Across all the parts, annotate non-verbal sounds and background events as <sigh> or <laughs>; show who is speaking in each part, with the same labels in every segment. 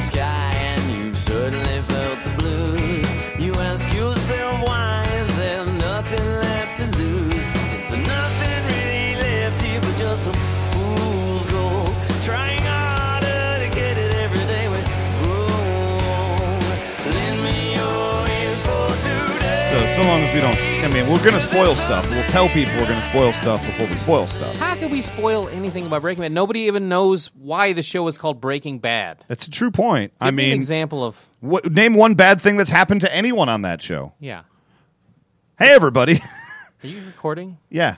Speaker 1: sky and you've certainly felt the blues. You ask yourself why is there nothing left to lose? Is there nothing really left here but just some fool's gold? Trying harder to get it every day we grow old. Lend me your ears for today.
Speaker 2: So, so long as we don't, I mean, we're gonna spoil stuff. We'll tell people we're gonna spoil stuff before we spoil stuff.
Speaker 3: How could we spoil anything about Breaking Bad? Nobody even knows why the show is called Breaking Bad.
Speaker 2: That's a true point. I
Speaker 3: Give me an
Speaker 2: mean,
Speaker 3: example of
Speaker 2: what, name one bad thing that's happened to anyone on that show.
Speaker 3: yeah.
Speaker 2: Hey, everybody. <laughs>
Speaker 3: Are you recording?
Speaker 2: yeah.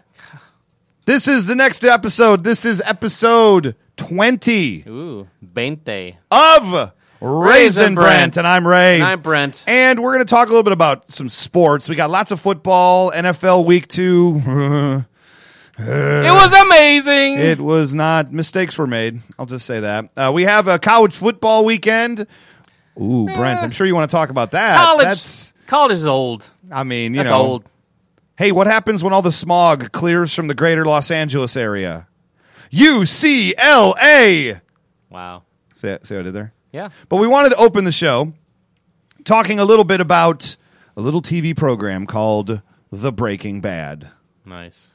Speaker 2: This is the next episode. This is episode 20
Speaker 3: Ooh, Bente.
Speaker 2: of Raisin
Speaker 3: Raisin
Speaker 2: Brent.
Speaker 3: Brent.
Speaker 2: And I'm Ray.
Speaker 3: And I'm Brent.
Speaker 2: And we're going to talk a little bit about some sports. We got lots of football, NFL week two. <laughs>
Speaker 3: it was amazing.
Speaker 2: Uh, It was not. Mistakes were made. I'll just say that. Uh, we have a college football weekend. Ooh, Brent, I'm sure you want to talk about that.
Speaker 3: college.
Speaker 2: That's,
Speaker 3: college is old.
Speaker 2: I mean, you
Speaker 3: That's
Speaker 2: know.
Speaker 3: old.
Speaker 2: Hey, what happens when all the smog clears from the greater Los Angeles area? UCLA.
Speaker 3: Wow.
Speaker 2: See, see what I did there?
Speaker 3: Yeah.
Speaker 2: But we wanted to open the show talking a little bit about a little TV program called The Breaking Bad.
Speaker 3: Nice.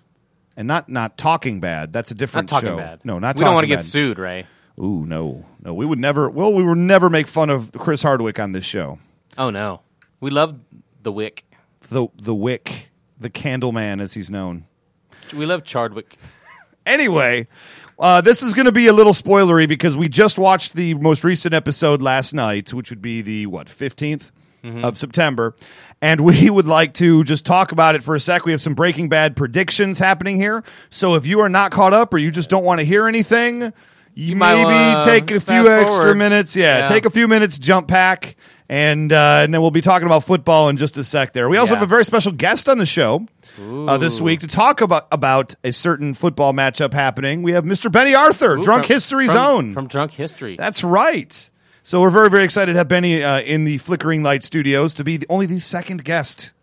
Speaker 2: And not not talking bad. That's a
Speaker 3: Not
Speaker 2: different
Speaker 3: talking
Speaker 2: show.
Speaker 3: bad.
Speaker 2: No, not
Speaker 3: we don't
Speaker 2: talking
Speaker 3: want to get
Speaker 2: bad.
Speaker 3: sued, Ray.
Speaker 2: Ooh, no, no, we would never. Well, we would never make fun of Chris Hardwick on this show.
Speaker 3: Oh no, we love the Wick.
Speaker 2: The the Wick, the Candleman, as he's known.
Speaker 3: We love Chardwick.
Speaker 2: Anyway, uh, this is going to be a little spoilery because we just watched the most recent episode last night, which would be the what 15th
Speaker 3: Mm-hmm.
Speaker 2: of September, and we would like to just talk about it for a sec. We have some Breaking Bad predictions happening here, so if you are not caught up or you just don't want to hear anything. You
Speaker 3: might
Speaker 2: maybe
Speaker 3: wanna
Speaker 2: take a few
Speaker 3: fast
Speaker 2: extra
Speaker 3: forward.
Speaker 2: minutes. Yeah,
Speaker 3: Yeah.
Speaker 2: take a few minutes, jump pack, and uh, and then we'll be talking about football in just a sec. There, we also
Speaker 3: Yeah.
Speaker 2: have a very special guest on the show uh, this week to talk about about a certain football matchup happening. We have Mr. Benny Arthur,
Speaker 3: Ooh,
Speaker 2: Drunk
Speaker 3: from-
Speaker 2: History's
Speaker 3: from-
Speaker 2: own. Ah.
Speaker 3: from Drunk History.
Speaker 2: That's right. So we're very very excited to have Benny uh, in the Flickering Light Studios to be the, only the second guest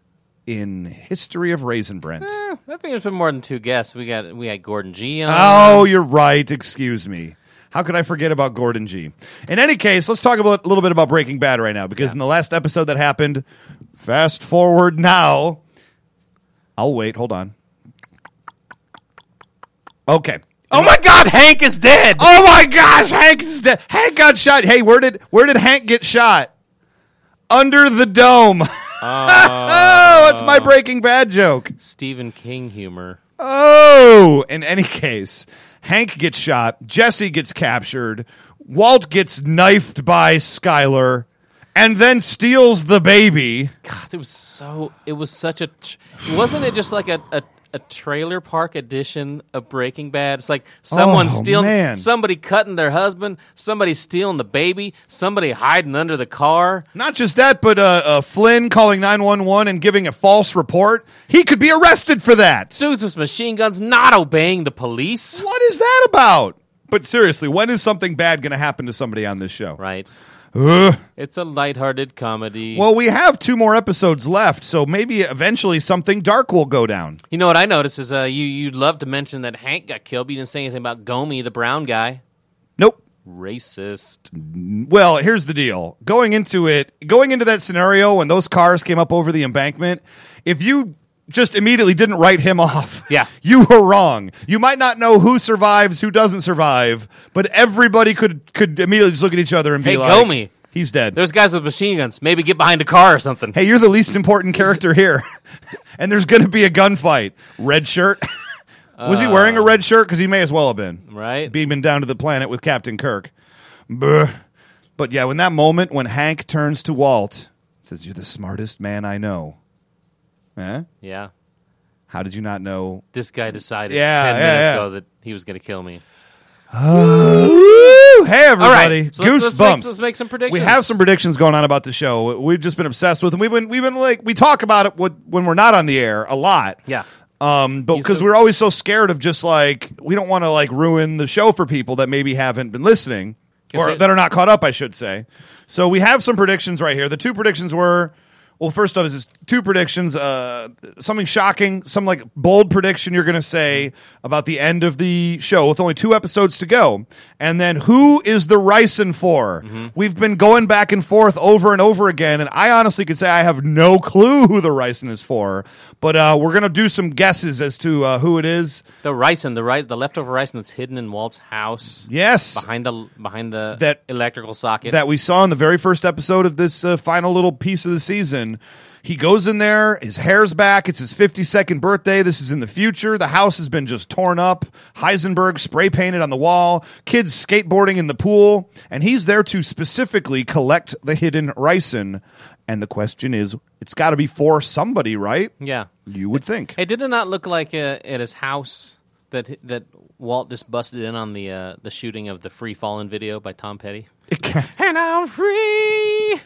Speaker 2: in history of Raisin Brent.
Speaker 3: Eh, I think there's been more than two guests. We got we had Gordon G on.
Speaker 2: Oh, you're right. Excuse me. How could I forget about Gordon G? In any case, let's talk about, a little bit about Breaking Bad right now because in the last episode that happened, fast forward now. I'll wait. Hold on. Okay.
Speaker 3: Oh my God, Hank is dead.
Speaker 2: Oh my gosh, Hank's de- Hank got shot. Hey, where did where did Hank get shot? Under the
Speaker 3: Uh.
Speaker 2: dome. <laughs> oh, that's my Breaking Bad joke.
Speaker 3: Stephen King humor.
Speaker 2: Oh, in any case, Hank gets shot. Jesse gets captured. Walt gets knifed by Skyler and then steals the baby.
Speaker 3: God, it was so. It was such a. tr- Wasn't it just like a. a a trailer park edition of Breaking Bad. It's like someone
Speaker 2: Oh,
Speaker 3: stealing,
Speaker 2: man.
Speaker 3: somebody cutting their husband, somebody stealing the baby, somebody hiding under the car.
Speaker 2: Not just that, but uh, uh, Flynn calling 911 and giving a false report. He could be arrested for that.
Speaker 3: Dudes with machine guns not obeying the police.
Speaker 2: What is that about? But seriously, when is something bad going to happen to somebody on this show?
Speaker 3: Right.
Speaker 2: Ugh.
Speaker 3: It's a lighthearted comedy.
Speaker 2: Well, we have two more episodes left, so maybe eventually something dark will go down.
Speaker 3: you know what I noticed is uh, you you'd love to mention that Hank got killed, but you didn't say anything about Gomi, the brown guy.
Speaker 2: Nope.
Speaker 3: Racist.
Speaker 2: Well, here's the deal. Going into it, going into that scenario when those cars came up over the embankment, if you just immediately didn't write him <laughs> off,
Speaker 3: Yeah.
Speaker 2: you were wrong. You might not know who survives, who doesn't survive, but everybody could could immediately just look at each other and be
Speaker 3: Hey,
Speaker 2: like,
Speaker 3: Gomi.
Speaker 2: he's dead."
Speaker 3: There's guys with machine guns. Maybe get behind a car or something.
Speaker 2: hey, you're the least important character here, <laughs> and there's going to be a gunfight. Red shirt. <laughs> Was he wearing a red shirt? Because he may as well have been.
Speaker 3: Uh, Right.
Speaker 2: Beaming down to the planet with Captain Kirk. Bleh. But yeah, when that moment when Hank turns to Walt, says, "You're the smartest man I know." Eh?
Speaker 3: yeah.
Speaker 2: How did you not know?
Speaker 3: this guy decided
Speaker 2: Yeah,
Speaker 3: 10
Speaker 2: yeah,
Speaker 3: minutes
Speaker 2: yeah.
Speaker 3: ago that he was going to kill me.
Speaker 2: Woo! Hey
Speaker 3: All right,
Speaker 2: everybody!
Speaker 3: so
Speaker 2: Goosebumps.
Speaker 3: let's- let's make- let's make some predictions.
Speaker 2: We have some predictions going on about the show. We've just been obsessed with, and we've been we've been like we talk about it when when we're not on the air a lot.
Speaker 3: Yeah.
Speaker 2: Um, but
Speaker 3: He's
Speaker 2: because
Speaker 3: so-
Speaker 2: we're always so scared of just like we don't want to like ruin the show for people that maybe haven't been listening
Speaker 3: Guess
Speaker 2: or
Speaker 3: it-
Speaker 2: that are not caught up, I should say. So we have some predictions right here. The two predictions were, well, first off, is it's two predictions. Uh, something shocking, some like bold prediction you're going to say about the end of the show with only two episodes to go, And then who is the ricin for? We've been going back and forth over and over again, and I honestly could say I have no clue who the ricin is for. But uh, we're gonna do some guesses as to uh, who it is.
Speaker 3: The rice and the rice, the leftover rice that's hidden in Walt's house.
Speaker 2: Yes,
Speaker 3: Behind the behind the
Speaker 2: That-
Speaker 3: electrical socket.
Speaker 2: that we saw in the very first episode of this uh, final little piece of the season. He goes in there, his hair's back. It's his 52nd birthday. This is in the future. The house has been just torn up. Heisenberg spray painted on the wall, kids skateboarding in the pool, and he's there to specifically collect the hidden ricin. And the question is, it's got to be for somebody, right?
Speaker 3: yeah.
Speaker 2: You would think.
Speaker 3: Hey, did it not look like uh, at his house that that Walt just busted in on the uh, the shooting of the Free Fallen video by Tom Petty? <laughs> and
Speaker 2: <laughs>
Speaker 3: I'm free.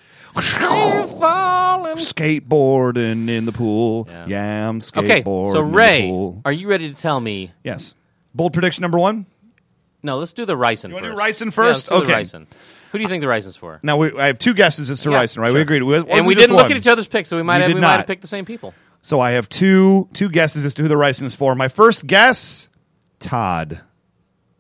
Speaker 3: falling.
Speaker 2: skateboarding in the pool. Yeah, I'm
Speaker 3: Okay,
Speaker 2: skateboarding.
Speaker 3: so
Speaker 2: in the
Speaker 3: Ray,
Speaker 2: pool.
Speaker 3: are you ready to tell me?
Speaker 2: Yes. Bold prediction number one.
Speaker 3: No, let's do the ricin. You
Speaker 2: wanna do
Speaker 3: first.
Speaker 2: ricin first?
Speaker 3: Yeah, let's do
Speaker 2: Okay.
Speaker 3: The ricin. Who do you think the ricin's for?
Speaker 2: Now we, I have two guesses as to
Speaker 3: Yeah,
Speaker 2: Ricin, right? We
Speaker 3: sure.
Speaker 2: agreed. It wasn't
Speaker 3: and we
Speaker 2: just
Speaker 3: didn't look
Speaker 2: one.
Speaker 3: at each other's picks, so we might
Speaker 2: We
Speaker 3: have
Speaker 2: did
Speaker 3: we might
Speaker 2: not.
Speaker 3: have picked the same people.
Speaker 2: So I have two two guesses as to who the Ricin is for. My first guess, Todd.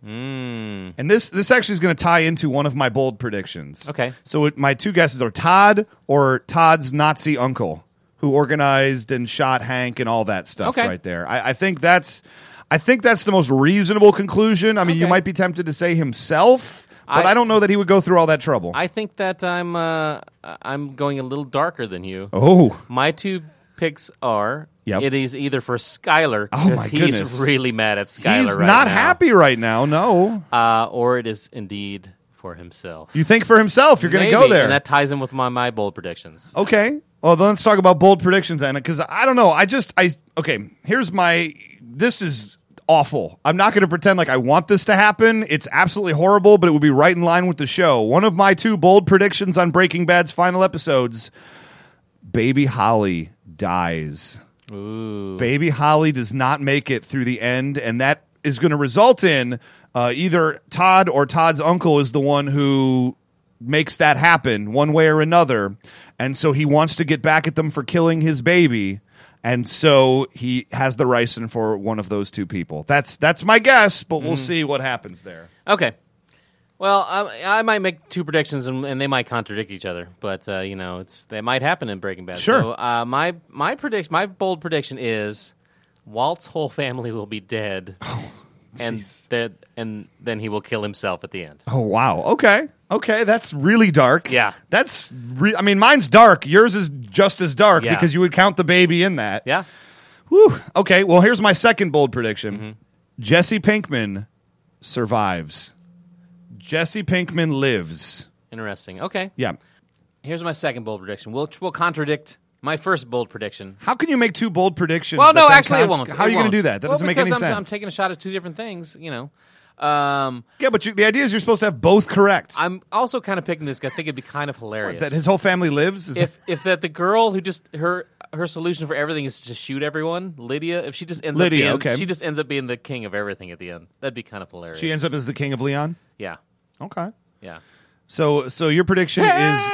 Speaker 3: Hmm.
Speaker 2: And this this actually is going to tie into one of my bold predictions.
Speaker 3: Okay.
Speaker 2: So it, my two guesses are Todd or Todd's Nazi uncle who organized and shot Hank and all that stuff
Speaker 3: Okay.
Speaker 2: right there. I, I think that's I think that's the most reasonable conclusion. I mean, you
Speaker 3: Okay.
Speaker 2: might be tempted to say himself, but I,
Speaker 3: I-
Speaker 2: don't know that he would go through all that trouble.
Speaker 3: I think that I'm uh, I'm going a little darker than you.
Speaker 2: oh.
Speaker 3: My two picks are
Speaker 2: Yep.
Speaker 3: it is either for Skyler
Speaker 2: Oh, my
Speaker 3: because he's
Speaker 2: goodness.
Speaker 3: really mad at Skyler
Speaker 2: He's
Speaker 3: right
Speaker 2: not
Speaker 3: now,
Speaker 2: happy right now. No.
Speaker 3: uh, or it is indeed for himself.
Speaker 2: You think for himself. You're going to go
Speaker 3: Maybe,
Speaker 2: there.
Speaker 3: and that ties in with my my bold predictions.
Speaker 2: okay. Well, then let's talk about bold predictions then, because I don't know. I just I okay. Here's my. This is awful. I'm not going to pretend like I want this to happen. It's absolutely horrible, but it would be right in line with the show. One of my two bold predictions on Breaking Bad's final episodes: Baby Holly dies. Baby Holly does not make it through the end, and that is going to result in uh, either Todd or Todd's uncle is the one who makes that happen one way or another. And so he wants to get back at them for killing his baby. And so he has the ricin for one of those two people. That's that's my guess, but we'll see what happens there.
Speaker 3: Okay. Well, I, I might make two predictions, and, and they might contradict each other. But uh, you know, it's they might happen in Breaking Bad.
Speaker 2: Sure.
Speaker 3: So, uh, my my prediction, my bold prediction is, Walt's whole family will be
Speaker 2: <laughs>
Speaker 3: dead,
Speaker 2: Oh,
Speaker 3: and that and then he will kill himself
Speaker 2: <laughs>
Speaker 3: at the end.
Speaker 2: Oh wow. Okay. Okay, that's really dark.
Speaker 3: Yeah.
Speaker 2: That's re- I mean mine's dark. Yours is just as dark
Speaker 3: Yeah.
Speaker 2: because you would count the baby in that.
Speaker 3: Yeah.
Speaker 2: Whew. Okay, well, here's my second bold prediction
Speaker 3: Mm-hmm.
Speaker 2: Jesse Pinkman survives. Jesse Pinkman lives.
Speaker 3: Interesting. Okay.
Speaker 2: Yeah.
Speaker 3: Here's my second bold prediction, which will contradict my first bold prediction.
Speaker 2: How can you make two bold predictions? that
Speaker 3: Well, no,
Speaker 2: then
Speaker 3: actually,
Speaker 2: con-
Speaker 3: it won't.
Speaker 2: How are
Speaker 3: It
Speaker 2: you going
Speaker 3: won't.
Speaker 2: to do that? That
Speaker 3: Well,
Speaker 2: doesn't make
Speaker 3: because
Speaker 2: any
Speaker 3: I'm,
Speaker 2: sense.
Speaker 3: I'm taking a shot at two different things. You know. Um,
Speaker 2: yeah, but you, the idea is you're supposed to have both correct.
Speaker 3: I'm also kind of picking this. 'cause I think it'd be kind of hilarious
Speaker 2: that his whole family lives. Is
Speaker 3: <laughs> if if that the girl who just her her solution for everything is to shoot everyone, Lydia. If she just ends
Speaker 2: Lydia,
Speaker 3: up being,
Speaker 2: okay.
Speaker 3: she just ends up being the king of everything at the end. That'd be kind of hilarious.
Speaker 2: she ends up as the king of Leon.
Speaker 3: yeah,
Speaker 2: Okay.
Speaker 3: yeah.
Speaker 2: So, so your prediction is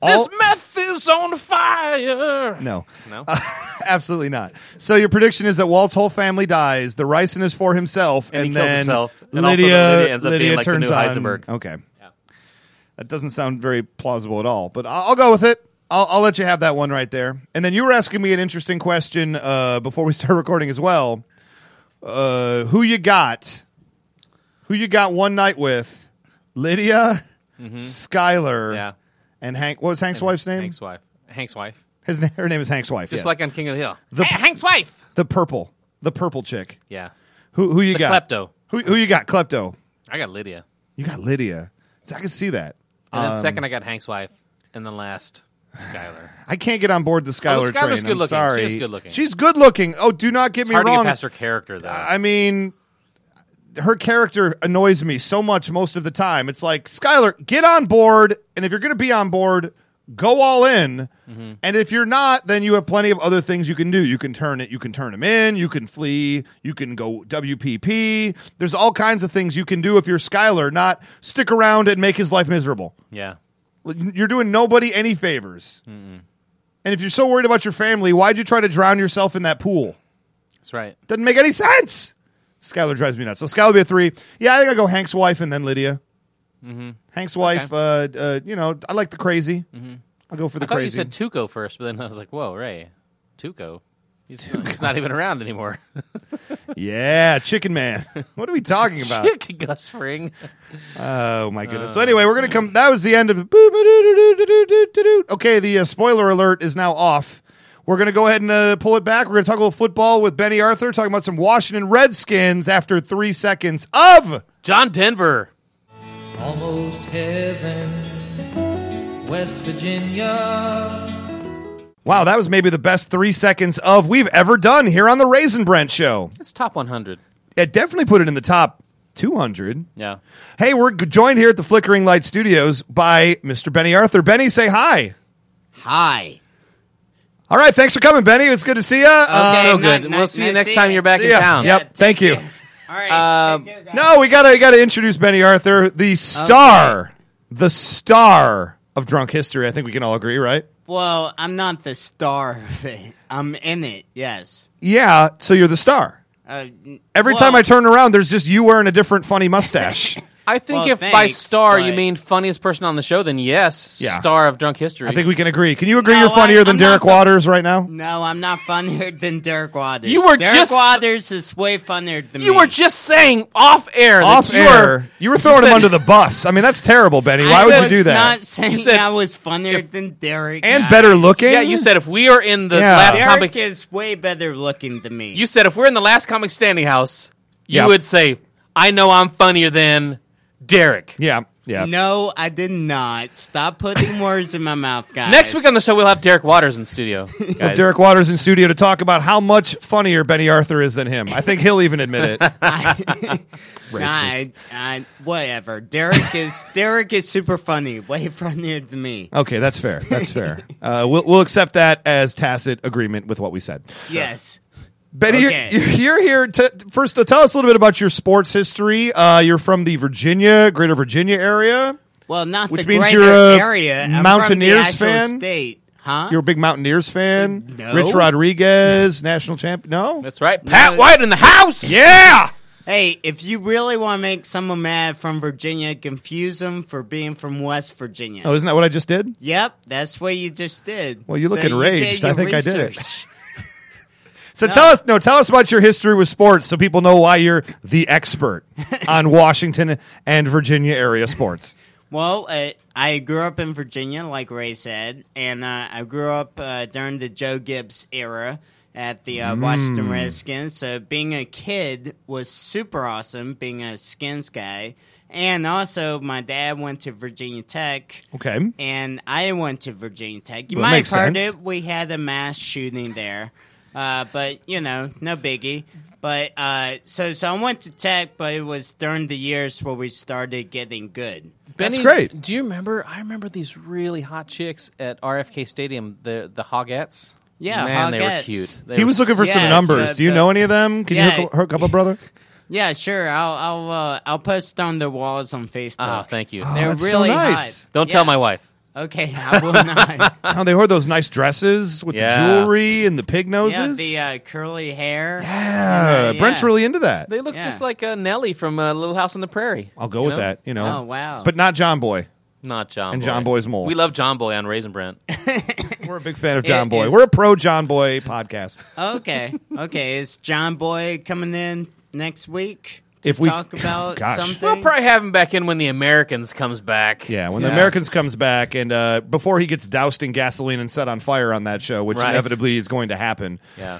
Speaker 2: all-
Speaker 3: this meth is on fire.
Speaker 2: no. <laughs>
Speaker 3: no.
Speaker 2: Absolutely not. So your prediction is that Walt's whole family dies. The ricin is for himself, and,
Speaker 3: he kills
Speaker 2: then
Speaker 3: himself, and also
Speaker 2: Lydia,
Speaker 3: then Lydia ends up being
Speaker 2: Lydia
Speaker 3: like the
Speaker 2: turns
Speaker 3: new
Speaker 2: on-
Speaker 3: Heisenberg.
Speaker 2: Okay, that doesn't sound very plausible at all. But I'll, I'll go with it. I'll, I'll let you have that one right there. And then you were asking me an interesting question uh, before we <laughs> start recording as well. Uh, who you got? Who you got one night with? Lydia, Skylar,
Speaker 3: Mm-hmm. Yeah.
Speaker 2: and Hank. What was Hank's wife's name?
Speaker 3: Hank's wife. Hank's wife.
Speaker 2: His <laughs> na- her name is Hank's wife.
Speaker 3: Just
Speaker 2: yes.
Speaker 3: like on King of the Hill.
Speaker 2: The-
Speaker 3: Hey, Hank's wife.
Speaker 2: the purple, the purple chick.
Speaker 3: Yeah.
Speaker 2: Who who you
Speaker 3: The
Speaker 2: got?
Speaker 3: klepto.
Speaker 2: Who who you got? Klepto.
Speaker 3: I got Lydia,
Speaker 2: You got Lydia. So I can see that.
Speaker 3: and
Speaker 2: Um,
Speaker 3: then second I got Hank's wife, and then last Skylar.
Speaker 2: I can't get on board the Skylar
Speaker 3: Oh, Skylar's
Speaker 2: train.
Speaker 3: good
Speaker 2: I'm
Speaker 3: looking. She
Speaker 2: sorry.
Speaker 3: is good looking.
Speaker 2: She's good looking. Oh, do not get me
Speaker 3: Hard to
Speaker 2: wrong. Uh,
Speaker 3: get past her character though.
Speaker 2: I mean, her character annoys me so much most of the time. It's like Skylar, get on board, and if you're going to be on board, go all in. And if you're not, then you have plenty of other things you can do. You can turn it. You can turn him in. You can flee. You can go WPP. There's all kinds of things you can do if you're Skylar. Not stick around and make his life miserable.
Speaker 3: yeah.
Speaker 2: You're doing nobody any favors. And if you're so worried about your family, why'd you try to drown yourself in that pool?
Speaker 3: That's right.
Speaker 2: Doesn't make any sense. Skylar drives me nuts. So Skylar will be a three. Yeah, I think I go Hank's wife and then Lydia.
Speaker 3: Mm-hmm.
Speaker 2: Hank's wife. Uh, uh, you know, I like the crazy. I'll go for the
Speaker 3: Mm-hmm. I thought
Speaker 2: crazy.
Speaker 3: you said Tuco first, but then I was like, whoa, Ray, Tuco. He's, Not, he's not even around anymore.
Speaker 2: yeah, Chicken
Speaker 3: <laughs>
Speaker 2: Man. what are we <laughs> talking about?
Speaker 3: Chick <laughs> Gus Fring.
Speaker 2: Oh my goodness.
Speaker 3: Uh.
Speaker 2: so anyway, we're gonna come. That was the end of. boop-a-doo-doo-doo-doo-doo-doo-doo. Okay, the uh, spoiler alert is now off. We're gonna go ahead and uh, pull it back. We're gonna talk a little football with Benny Arthur, talking about some Washington Redskins after three seconds of.
Speaker 3: John Denver.
Speaker 4: almost heaven, West Virginia.
Speaker 2: Wow, that was maybe the best three seconds of we've ever done here on the Raisin Brent Show.
Speaker 3: It's top 100.
Speaker 2: It definitely put it in the top 200.
Speaker 3: Yeah.
Speaker 2: Hey, we're g- joined here at the Flickering Light Studios by Mr. Benny Arthur. Benny, say hi.
Speaker 5: Hi.
Speaker 2: All right, thanks for coming, Benny. It's Oh, good to see you.
Speaker 3: so
Speaker 5: Okay. night-
Speaker 3: good.
Speaker 5: night-
Speaker 3: we'll see you
Speaker 5: nice
Speaker 3: next
Speaker 5: seeing
Speaker 3: time
Speaker 5: you.
Speaker 3: you're back
Speaker 2: see
Speaker 3: in
Speaker 2: ya.
Speaker 3: town.
Speaker 2: Yep. Thank you.
Speaker 5: All right.
Speaker 3: Um,
Speaker 5: take care, guys.
Speaker 2: No, we gotta we gotta introduce Benny Arthur, the star, the star of drunk history. I think we can all agree, right?
Speaker 5: Well, I'm not the star of it. I'm in it. Yes.
Speaker 2: Yeah. So you're the star.
Speaker 5: Uh, n-
Speaker 2: Every
Speaker 5: well,
Speaker 2: time I turn around, there's just you wearing a different funny <laughs> mustache.
Speaker 3: I think
Speaker 5: Well,
Speaker 3: if by
Speaker 5: thanks,
Speaker 3: star you
Speaker 5: but-
Speaker 3: mean funniest person on the show, then yes,
Speaker 2: Yeah.
Speaker 3: star of drunk history.
Speaker 2: I think we can agree. Can you agree
Speaker 5: No,
Speaker 2: you're funnier
Speaker 5: I-
Speaker 2: than
Speaker 5: I'm
Speaker 2: Derek
Speaker 5: not the- Mm.
Speaker 2: Waters right now?
Speaker 5: No, I'm not funnier than Derek Waters.
Speaker 3: You were
Speaker 5: Derek
Speaker 3: just-
Speaker 5: Waters is way funnier than
Speaker 3: you
Speaker 5: me.
Speaker 3: were just saying off air. that
Speaker 2: Off
Speaker 3: you
Speaker 2: air,
Speaker 3: Were,
Speaker 2: you were throwing him
Speaker 3: said-
Speaker 2: under the bus. I mean, that's terrible, Benny. Why
Speaker 5: I
Speaker 2: would you
Speaker 5: was
Speaker 2: do that?
Speaker 5: Not saying
Speaker 3: said-
Speaker 5: I was funnier than Derek.
Speaker 2: and
Speaker 5: guys.
Speaker 2: better looking.
Speaker 3: yeah, you said if we are in the
Speaker 2: Yeah.
Speaker 3: last
Speaker 5: Derek
Speaker 3: comic,
Speaker 5: is way better looking than me.
Speaker 3: you said if we're in the last comic standing house, you
Speaker 2: Yep.
Speaker 3: would say, "I know I'm funnier than Derek."
Speaker 2: Yeah, yeah.
Speaker 5: no, I did not. Stop
Speaker 2: <laughs>
Speaker 5: putting words in my mouth, guys.
Speaker 3: Next week on the show, we'll have Derek Waters
Speaker 2: <laughs>
Speaker 3: in studio. guys.
Speaker 2: Derek Waters in studio to talk about how much funnier Benny Arthur is than him. I think he'll even admit it.
Speaker 5: Nah, I, I, whatever. Derek is Derek is super funny. Way <laughs> funnier than me.
Speaker 2: Okay, that's fair. That's fair. uh, we'll we'll accept that as tacit agreement with what we said.
Speaker 5: Yes.
Speaker 2: Benny,
Speaker 5: Okay.
Speaker 2: you're, you're here to, first. To tell us a little bit about your sports history. Uh, you're from the Virginia, Greater Virginia area.
Speaker 5: Well, not
Speaker 2: Which
Speaker 5: the
Speaker 2: means
Speaker 5: greater
Speaker 2: you're a
Speaker 5: area. I'm from the
Speaker 2: Mountaineers
Speaker 5: actual
Speaker 2: fan?
Speaker 5: State, huh?
Speaker 2: You're a big Mountaineers fan.
Speaker 5: No.
Speaker 2: Rich Rodriguez, national champion. No.
Speaker 3: That's right. Pat
Speaker 5: No.
Speaker 3: White in the house.
Speaker 2: Yeah.
Speaker 5: hey, if you really want to make someone mad from Virginia, confuse them for being from West Virginia.
Speaker 2: Oh, isn't that what I just did?
Speaker 5: Yep, that's what you just did.
Speaker 2: Well, you look
Speaker 5: So did
Speaker 2: enraged. I
Speaker 5: your
Speaker 2: think I did it.
Speaker 5: research.
Speaker 2: So tell us no, tell us about your history with sports, so people know why you're the
Speaker 5: <laughs>
Speaker 2: expert on Washington and Virginia area sports.
Speaker 5: Well, uh, I grew up in Virginia, like Ray said, and uh, I grew up uh, during the Joe Gibbs era at the uh,
Speaker 2: Mm.
Speaker 5: Washington Redskins. So being a kid was super awesome, being a skins guy. And also, my dad went to Virginia Tech,
Speaker 2: Okay.
Speaker 5: and I went to Virginia Tech. You
Speaker 2: Well,
Speaker 5: might have
Speaker 2: makes
Speaker 5: heard
Speaker 2: sense.
Speaker 5: it. We had a mass shooting there, uh, but you know, no biggie. But uh, so, so I went to Tech, but it was during the years where we started getting good.
Speaker 2: That's
Speaker 3: Benny,
Speaker 2: great.
Speaker 3: Do you remember? I remember these really hot chicks at RFK Stadium, the the Hogettes.
Speaker 5: Yeah,
Speaker 3: man, they were
Speaker 5: Hogettes.
Speaker 3: cute. They
Speaker 2: He
Speaker 3: were
Speaker 2: was looking for some
Speaker 5: Yeah,
Speaker 2: numbers.
Speaker 5: the-
Speaker 2: Do you
Speaker 5: the-
Speaker 2: know any of them? Can
Speaker 5: Yeah.
Speaker 2: you hook, hook up a
Speaker 5: <laughs>
Speaker 2: brother?
Speaker 5: Yeah, sure. I'll I'll uh, I'll post on the walls on Facebook.
Speaker 3: Oh, thank you.
Speaker 5: They're
Speaker 2: that's so
Speaker 5: really
Speaker 2: nice.
Speaker 5: hot.
Speaker 3: Don't tell
Speaker 5: Yeah.
Speaker 3: my wife.
Speaker 5: Okay, I
Speaker 2: <laughs>
Speaker 5: will not.
Speaker 2: How they wore those nice dresses with
Speaker 3: Yeah.
Speaker 2: the jewelry and the pig
Speaker 5: yeah,
Speaker 2: noses.
Speaker 5: the uh, curly hair. uh,
Speaker 2: yeah.
Speaker 5: yeah.
Speaker 2: Brent's really into that.
Speaker 3: They look
Speaker 5: Yeah.
Speaker 3: just like uh, Nellie from uh, Little House on the Prairie.
Speaker 2: I'll go
Speaker 3: You
Speaker 2: with
Speaker 3: know?
Speaker 2: that. You know.
Speaker 5: Oh, wow.
Speaker 2: But not John Boy.
Speaker 3: Not John
Speaker 2: And
Speaker 3: Boy.
Speaker 2: John Boy's mole.
Speaker 3: We love John Boy on
Speaker 2: <laughs>
Speaker 3: Raisin Brent.
Speaker 2: We're a big fan of John Boy.
Speaker 5: is-
Speaker 2: We're a pro John Boy podcast. <laughs>
Speaker 5: Okay, okay. Is John Boy coming in next week? To
Speaker 2: If we- <laughs>
Speaker 5: talk about
Speaker 2: Gosh.
Speaker 5: something,
Speaker 3: we'll probably have him back in when the Americans comes back.
Speaker 2: Yeah, when the Americans comes back and uh, before he gets doused in gasoline and set on fire on that show, which
Speaker 3: Right.
Speaker 2: inevitably is going to happen.
Speaker 3: Yeah.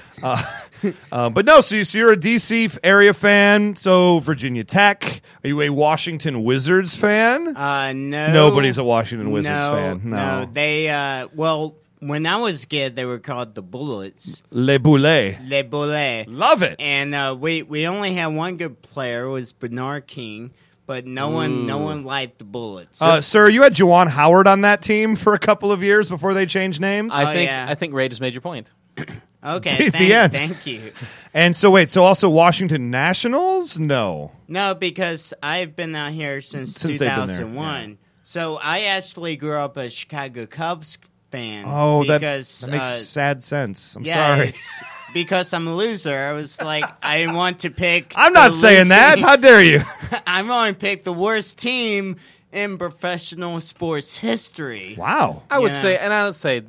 Speaker 2: Um, but no, so, you, so you're a DC f- area fan. So Virginia Tech. Are you a Washington Wizards fan?
Speaker 5: Uh, no,
Speaker 2: Nobody's a Washington Wizards fan. No.
Speaker 5: they. Uh, well, when I was a kid, they were called the Bullets,
Speaker 2: Le Boulet.
Speaker 5: les Bullets.
Speaker 2: Love it.
Speaker 5: and uh, we we only had one good player was Bernard King, but no one no one liked the Bullets.
Speaker 2: Uh, sir, you had Juwan Howard on that team for a couple of years before they changed names.
Speaker 3: I
Speaker 5: Oh,
Speaker 3: think
Speaker 5: yeah.
Speaker 3: I think Ray just made your point.
Speaker 5: okay,
Speaker 2: <laughs> the
Speaker 5: thank,
Speaker 2: end.
Speaker 5: thank you.
Speaker 2: and so wait, so also Washington Nationals? No.
Speaker 5: No, because I've been out here since,
Speaker 2: Since they've been there,
Speaker 5: 2001. So I actually grew up a Chicago Cubs fan.
Speaker 2: Oh, that,
Speaker 5: because,
Speaker 2: that makes
Speaker 5: uh,
Speaker 2: sad sense. I'm sorry.
Speaker 5: yes, because I'm a loser. I was like, I want to pick.
Speaker 2: <laughs> I'm not
Speaker 5: the
Speaker 2: saying
Speaker 5: losing-
Speaker 2: that. How dare you?
Speaker 5: <laughs> I'm going to pick the worst team in professional sports history.
Speaker 2: Wow.
Speaker 3: I would
Speaker 5: Yeah.
Speaker 3: say, and I would say,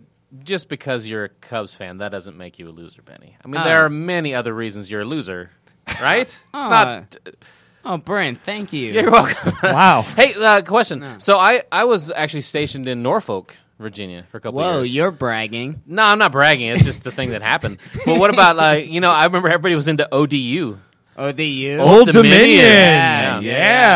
Speaker 3: just because you're a Cubs fan, that doesn't make you a loser, Benny. I mean,
Speaker 5: Oh.
Speaker 3: there are many other reasons you're a loser, right?
Speaker 5: Oh.
Speaker 3: Not,
Speaker 5: Oh, Brent, thank you.
Speaker 3: you're welcome.
Speaker 2: <laughs>
Speaker 3: <laughs>
Speaker 2: Wow.
Speaker 3: hey, uh, question. So I, I was actually stationed in Norfolk, Virginia, for a couple
Speaker 5: Whoa,
Speaker 3: years.
Speaker 5: you're bragging.
Speaker 3: no, I'm not bragging. It's just a thing that happened. But what about like you know? I remember everybody was into ODU.
Speaker 5: Oh, the you.
Speaker 2: Old Dominion.
Speaker 3: Dominion.
Speaker 2: Yeah.
Speaker 3: Yeah.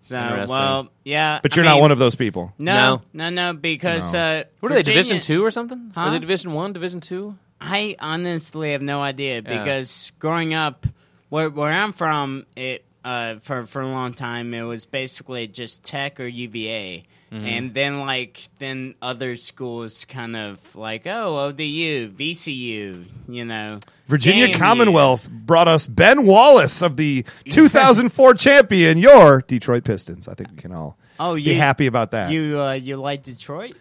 Speaker 5: so,
Speaker 3: Interesting.
Speaker 5: well, yeah.
Speaker 2: But you're
Speaker 5: I
Speaker 2: not
Speaker 5: mean,
Speaker 2: one of those people.
Speaker 5: No, no, no, because uh,
Speaker 3: What are they?
Speaker 5: Virginia-
Speaker 3: Division two or something? Are
Speaker 5: Huh?
Speaker 3: they Division one? Division two?
Speaker 5: I honestly have no idea because growing up, where where I'm from, it uh, for for a long time it was basically just Tech or UVA, and then like then other schools kind of like oh ODU, VCU, you know,
Speaker 2: Virginia
Speaker 5: JMU.
Speaker 2: Commonwealth brought us Ben Wallace of
Speaker 5: <laughs>
Speaker 2: the 2004 champion, your Detroit Pistons. I think we can all
Speaker 5: Oh,
Speaker 2: be
Speaker 5: you-
Speaker 2: happy about that.
Speaker 5: You uh, you like Detroit?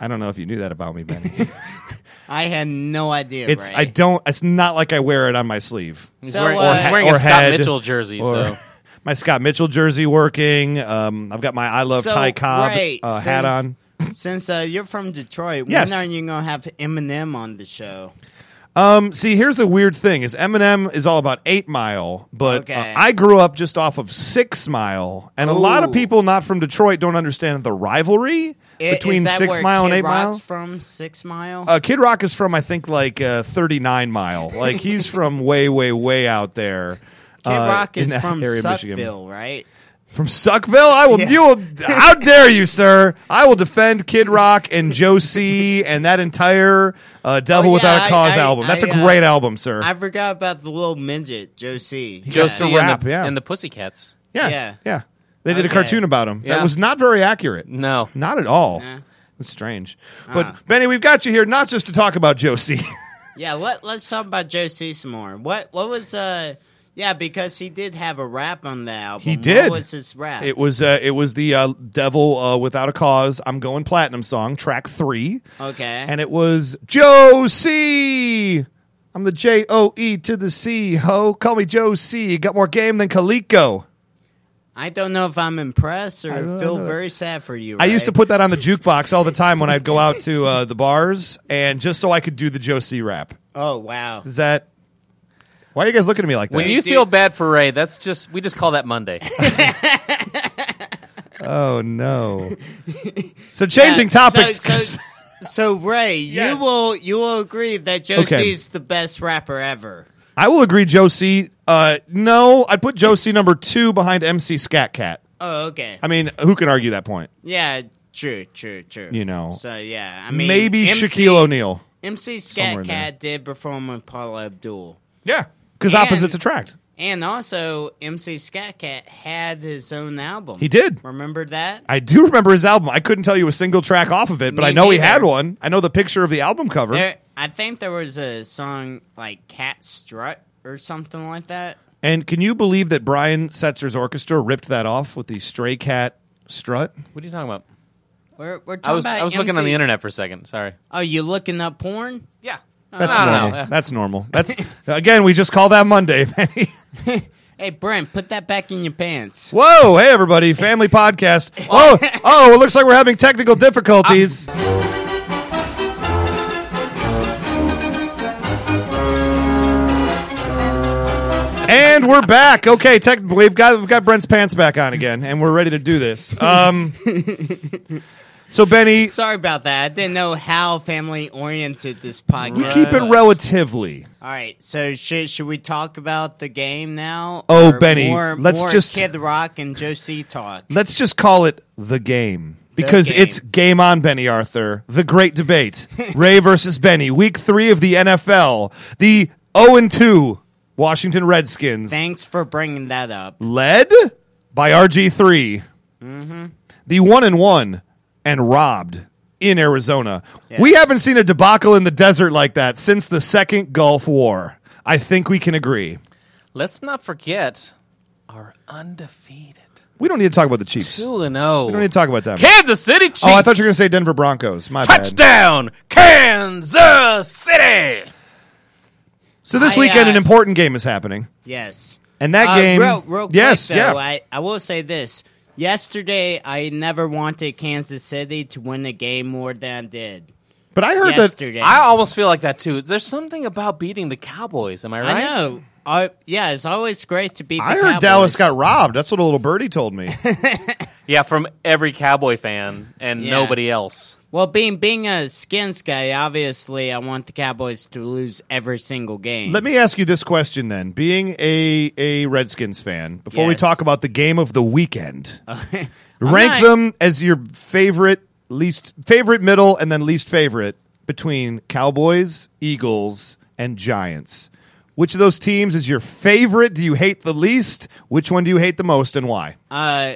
Speaker 2: I don't know if you knew that about me,
Speaker 5: <laughs>
Speaker 2: Benny.
Speaker 5: I had no idea.
Speaker 2: it's
Speaker 5: Ray.
Speaker 2: I don't. It's not like I wear it on my sleeve.
Speaker 3: He's
Speaker 5: So,
Speaker 3: wearing,
Speaker 5: uh,
Speaker 3: he's wearing
Speaker 2: or
Speaker 3: a Scott
Speaker 2: head,
Speaker 3: Mitchell jersey.
Speaker 2: <laughs> Or-
Speaker 3: so
Speaker 2: my Scott Mitchell jersey working. Um, I've got my I love
Speaker 5: So,
Speaker 2: Ty Cobb
Speaker 5: right,
Speaker 2: uh,
Speaker 5: so
Speaker 2: hat
Speaker 5: he's-
Speaker 2: on.
Speaker 5: Since uh, you're from Detroit,
Speaker 2: Yes.
Speaker 5: when are you gonna have Eminem on the show?
Speaker 2: Um, see, here's the weird thing: is Eminem is all about Eight Mile, but
Speaker 5: Okay.
Speaker 2: uh, I grew up just off of Six Mile, and a lot of
Speaker 5: Ooh.
Speaker 2: people not from Detroit don't understand the rivalry
Speaker 5: I-
Speaker 2: between
Speaker 5: is that
Speaker 2: Six
Speaker 5: where
Speaker 2: Mile and
Speaker 5: Kid
Speaker 2: Eight
Speaker 5: Rock's
Speaker 2: Mile.
Speaker 5: From Six Mile.
Speaker 2: Uh, Kid Rock is from, I think, like uh, 39
Speaker 5: <laughs>
Speaker 2: Mile. Like he's from way, way, way out there.
Speaker 5: Kid
Speaker 2: uh,
Speaker 5: Rock
Speaker 2: in
Speaker 5: is
Speaker 2: that
Speaker 5: from
Speaker 2: area of
Speaker 5: Suckville,
Speaker 2: Michigan.
Speaker 5: right?
Speaker 2: From Suckville, I will. You
Speaker 5: <laughs>
Speaker 2: will. How dare you, sir? I will defend Kid Rock and Joe C and that entire uh, "Devil
Speaker 5: Oh, yeah,
Speaker 2: Without a
Speaker 5: I-
Speaker 2: Cause"
Speaker 5: I-
Speaker 2: album. That's a
Speaker 5: I, uh,
Speaker 2: great album, sir.
Speaker 5: I forgot about the little midget, Joe C.
Speaker 3: Joe
Speaker 5: Yeah.
Speaker 3: C
Speaker 2: rap,
Speaker 3: and, the,
Speaker 2: yeah.
Speaker 3: and the Pussycats.
Speaker 2: Yeah. Yeah.
Speaker 5: Yeah.
Speaker 2: They did a
Speaker 5: Okay.
Speaker 2: cartoon about him. That
Speaker 3: Yeah. Mm-hmm.
Speaker 2: was not very accurate.
Speaker 3: No.
Speaker 2: Not at all.
Speaker 5: Yeah.
Speaker 2: It's strange. But Benny, we've got you here not just to talk about Josie. <laughs>
Speaker 5: Yeah, let, let's talk about Joe C some more. What what was uh yeah, because he did have a rap on the album.
Speaker 2: He did.
Speaker 5: What was his rap?
Speaker 2: it was uh, it was the uh, Devil uh, Without a Cause I'm Going Platinum song, track 3,
Speaker 5: okay.
Speaker 2: and it was Josie. I'm the J O E to the C ho. Call me Josie. You got more game than Coleco.
Speaker 5: I don't know if I'm impressed
Speaker 2: I
Speaker 5: or
Speaker 2: don't
Speaker 5: feel
Speaker 2: know.
Speaker 5: very sad for you.
Speaker 2: I used to
Speaker 5: Ray.
Speaker 2: put that on the jukebox all the time when I'd go out to uh, the bars and just so I could do the Josie rap.
Speaker 5: Oh wow.
Speaker 2: Is that why are you guys looking at me like that?
Speaker 3: When you
Speaker 5: dude.
Speaker 3: feel bad for Ray, that's just we just call that Monday.
Speaker 2: oh no! <laughs> So changing topics.
Speaker 5: So, so, so, Ray,
Speaker 2: Yes.
Speaker 5: you will you will agree that Joe
Speaker 2: Okay.
Speaker 5: C is the best rapper ever.
Speaker 2: I will agree, Josie. Uh, no, I'd put Josie number two behind MC Scat Cat.
Speaker 5: Oh, okay.
Speaker 2: I mean, who can argue that point?
Speaker 5: Yeah, true, true, true.
Speaker 2: You know.
Speaker 5: So yeah, I mean,
Speaker 2: Maybe
Speaker 5: MC
Speaker 2: Shaquille O'Neal.
Speaker 5: MC
Speaker 2: somewhere in
Speaker 5: Scat
Speaker 2: there.
Speaker 5: Cat did perform with Paula Abdul,
Speaker 2: Yeah, because
Speaker 5: And-
Speaker 2: opposites attract.
Speaker 5: and also MC Scat Cat had his own album.
Speaker 2: He did.
Speaker 5: Remember that?
Speaker 2: I do remember his album. I couldn't tell you a single track off of it, but
Speaker 5: Me
Speaker 2: I know he
Speaker 5: neither.
Speaker 2: had one. I know the picture of the album cover.
Speaker 5: There, I think there was a song like Cat Strut or something like that.
Speaker 2: And can you believe that Brian Setzer's orchestra ripped that off with the Stray Cat strut?
Speaker 3: what are you talking about?
Speaker 5: We're, we're talking
Speaker 3: I was
Speaker 5: about
Speaker 3: I was looking on the
Speaker 5: MC's
Speaker 3: internet for a second. Sorry.
Speaker 5: Oh, you looking up porn?
Speaker 3: Yeah.
Speaker 2: That's
Speaker 3: I don't
Speaker 2: normal.
Speaker 3: know. Yeah.
Speaker 2: That's
Speaker 3: <laughs>
Speaker 2: normal. That's again, we just call that Monday, <laughs> Benny.
Speaker 5: Hey, Brent, put that back in your pants.
Speaker 2: Whoa, hey everybody, family podcast.
Speaker 3: <laughs>
Speaker 2: Oh, oh, it looks like we're having technical difficulties.
Speaker 3: Um,
Speaker 2: And we're back. Okay, tech, we've got we've got Brent's pants back on again, and we're ready to do this. Um,
Speaker 3: <laughs>
Speaker 2: so Benny,
Speaker 5: Sorry about that. I didn't know how family oriented this podcast.
Speaker 2: we keep it
Speaker 3: Right.
Speaker 2: relatively.
Speaker 5: All right, so should should we talk about the game now?
Speaker 2: Oh,
Speaker 5: Or
Speaker 2: Benny,
Speaker 5: more,
Speaker 2: let's
Speaker 5: more
Speaker 2: just- Mm.
Speaker 5: Kid Rock and Joe C talk.
Speaker 2: Let's just call it the game because
Speaker 5: game.
Speaker 2: it's game on Benny Arthur. The great
Speaker 3: <laughs>
Speaker 2: debate, Ray versus Benny, week three of the NFL. The zero and two Washington Redskins
Speaker 5: Thanks for bringing that up.
Speaker 2: led by RG 3
Speaker 3: Mm-hmm.
Speaker 2: the one and one and robbed in Arizona. We haven't seen a debacle in the desert like that since the second Gulf War. I think we can agree.
Speaker 3: Let's not forget our undefeated
Speaker 2: We don't need to talk about the Chiefs. We
Speaker 3: Two and oh.
Speaker 2: don't need to talk about them.
Speaker 3: Kansas City Chiefs.
Speaker 2: oh, I thought you were going to say Denver Broncos. My bad.
Speaker 3: touchdown, Kansas City.
Speaker 2: So this
Speaker 5: I,
Speaker 2: weekend,
Speaker 5: uh,
Speaker 2: an important game is happening,
Speaker 5: Yes.
Speaker 2: and that
Speaker 5: Uh,
Speaker 2: game.
Speaker 5: real, real quick,
Speaker 2: yes,
Speaker 5: though,
Speaker 2: yeah.
Speaker 5: I, I will say this. Yesterday, I never wanted Kansas City to win a game more than I did.
Speaker 2: but I heard
Speaker 5: Yesterday.
Speaker 3: I almost feel like that too. There's something about beating the Cowboys. Am I right?
Speaker 5: I know. Uh, yeah, it's always great to beat
Speaker 2: that
Speaker 5: the
Speaker 2: I heard
Speaker 5: Cowboys.
Speaker 2: Dallas got robbed. That's what a little birdie told me.
Speaker 5: <laughs>
Speaker 3: Yeah, from every Cowboy fan and
Speaker 5: Yeah.
Speaker 3: nobody else.
Speaker 5: Well, being being a skins guy, obviously, I want the Cowboys to lose every single game.
Speaker 2: Let me ask you this question then. Being a a Redskins fan, before we
Speaker 5: Yes.
Speaker 2: talk about the game of the
Speaker 5: <laughs>
Speaker 2: weekend, rank
Speaker 5: not-
Speaker 2: them as your favorite, least favorite, middle, and then least favorite between Cowboys, Eagles, and Giants. Which of those teams is your favorite? Do you hate the least? Which one do you hate the most, and why?
Speaker 5: Uh,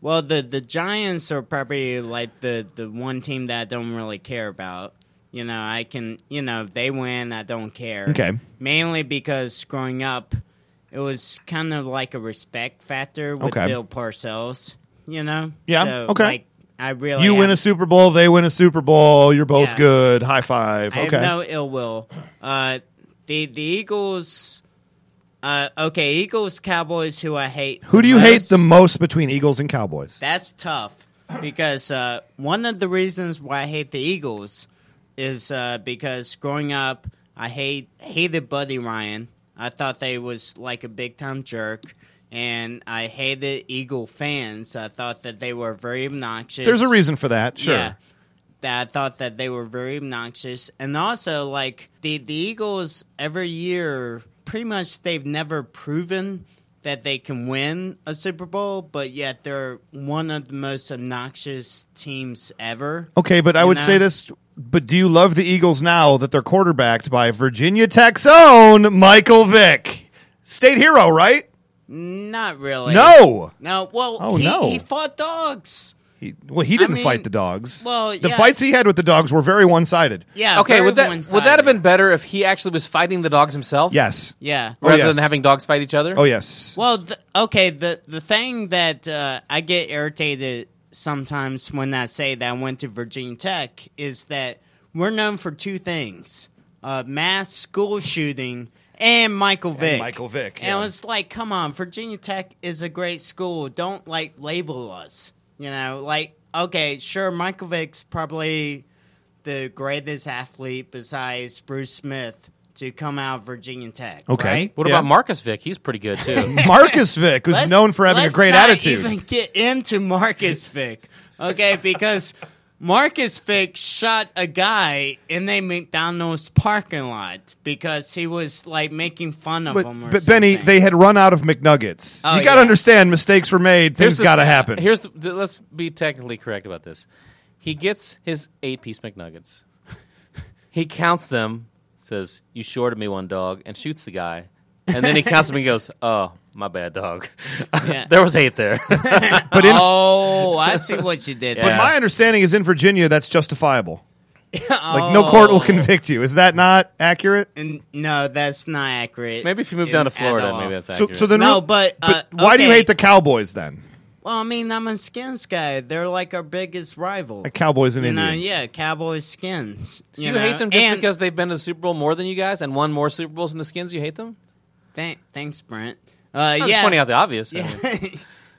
Speaker 5: well, the the Giants are probably like the the one team that I don't really care about. You know, I can you know if they win, I don't care.
Speaker 2: Okay.
Speaker 5: Mainly because growing up, it was kind of like a respect factor with
Speaker 2: Okay.
Speaker 5: Bill Parcells. You know.
Speaker 2: Yeah,
Speaker 5: So,
Speaker 2: okay.
Speaker 5: Like, I really
Speaker 2: you
Speaker 5: have,
Speaker 2: win a Super Bowl, they win a Super Bowl. You're both
Speaker 5: Oh, Yeah.
Speaker 2: good. High five.
Speaker 5: I
Speaker 2: okay.
Speaker 5: have no ill will. Uh, the the Eagles. Uh, okay, Eagles, Cowboys, who I hate.
Speaker 2: Who do you hate
Speaker 5: most.
Speaker 2: the most between Eagles and Cowboys?
Speaker 5: That's tough because uh, one of the reasons why I hate the Eagles is uh, because growing up, I hate hated Buddy Ryan. I thought they was like a big time jerk, and I hated Eagle fans. I thought that they were very obnoxious.
Speaker 2: There's a reason for that. Sure.
Speaker 5: Yeah. That I thought that they were very obnoxious. And also like the the Eagles every year pretty much they've never proven that they can win a Super Bowl, but yet they're one of the most obnoxious teams ever.
Speaker 2: Okay, but I
Speaker 5: You
Speaker 2: would
Speaker 5: know?
Speaker 2: say this. But do you love the Eagles now that they're quarterbacked by Virginia Tech's own Michael Vick, state hero, right?
Speaker 5: Not really.
Speaker 2: No.
Speaker 5: No, well
Speaker 2: Oh,
Speaker 5: he,
Speaker 2: no.
Speaker 5: he fought dogs.
Speaker 2: He, well, he didn't
Speaker 5: mean,
Speaker 2: fight the dogs.
Speaker 5: well,
Speaker 2: the
Speaker 5: yeah.
Speaker 2: fights he had with the dogs were very one-sided.
Speaker 5: Yeah.
Speaker 3: okay,
Speaker 5: very
Speaker 3: would that would
Speaker 5: one-sided.
Speaker 3: that have been better if he actually was fighting the dogs himself?
Speaker 2: Yes.
Speaker 5: Yeah.
Speaker 2: Oh,
Speaker 3: rather
Speaker 2: yes.
Speaker 3: than having dogs fight each other.
Speaker 2: Oh yes.
Speaker 5: Well, th- okay. The the thing that uh, I get irritated sometimes when I say that I went to Virginia Tech is that we're known for two things: uh, mass school shooting and Michael Vick.
Speaker 2: Michael Vick,
Speaker 5: And
Speaker 2: yeah.
Speaker 5: it's like, come on, Virginia Tech is a great school. Don't like label us. You know, like okay, sure, Michael Vick's probably the greatest athlete besides Bruce Smith to come out of Virginia Tech.
Speaker 2: Okay.
Speaker 5: right?
Speaker 3: What
Speaker 2: Yeah.
Speaker 3: about Marcus Vick? He's pretty
Speaker 2: <laughs>
Speaker 3: good too.
Speaker 2: Marcus Vick was
Speaker 5: <laughs> Let's-
Speaker 2: known for having a
Speaker 5: let's
Speaker 2: great
Speaker 5: not
Speaker 2: attitude.
Speaker 5: Even get
Speaker 2: <laughs>
Speaker 5: into Marcus Vick, okay? Because Marcus Vick shot a guy in a McDonald's parking lot because he was like making fun of
Speaker 2: but,
Speaker 5: him. Or
Speaker 2: but Benny,
Speaker 5: something.
Speaker 2: they had run out of McNuggets.
Speaker 5: Oh,
Speaker 2: you got to
Speaker 5: yeah.
Speaker 2: understand, mistakes were made.
Speaker 3: Here's
Speaker 2: Things
Speaker 3: the-
Speaker 2: got to happen.
Speaker 3: Here's the, the- let's be technically correct about this. He gets his eight piece McNuggets. <laughs> he counts them, says, "You shorted me one dog," and shoots the guy. And then he counts them and goes, "Oh, my bad, dog. <laughs>
Speaker 2: <laughs>
Speaker 5: Yeah.
Speaker 3: there was eight there." <laughs>
Speaker 2: but in,
Speaker 5: oh, I see what
Speaker 2: <laughs>
Speaker 5: you did.
Speaker 3: Yeah.
Speaker 5: there.
Speaker 2: my understanding is in Virginia that's justifiable.
Speaker 5: Oh.
Speaker 2: Like no court will convict you. Is that not accurate?
Speaker 5: N- No, that's not accurate.
Speaker 3: maybe if you move
Speaker 5: in-
Speaker 3: down to
Speaker 5: at
Speaker 3: Florida,
Speaker 5: all.
Speaker 3: maybe that's
Speaker 2: So,
Speaker 3: accurate.
Speaker 2: so then
Speaker 5: No,
Speaker 2: real-
Speaker 5: but, uh,
Speaker 2: why do you
Speaker 5: okay.
Speaker 2: hate the Cowboys then?
Speaker 5: Well, I mean, I'm a skins guy. They're like our biggest rival.
Speaker 2: The Cowboys and
Speaker 5: you know,
Speaker 2: Indians.
Speaker 5: yeah, Cowboys skins.
Speaker 3: So you hate them just
Speaker 5: And
Speaker 3: because they've been to the Super Bowl more than you guys and won more Super Bowls than the Skins. You hate them?
Speaker 5: thank- thanks, Brent. Uh,
Speaker 3: I'm
Speaker 5: yeah,
Speaker 3: just pointing
Speaker 5: <laughs>
Speaker 3: out the obvious. I mean.
Speaker 5: Yeah.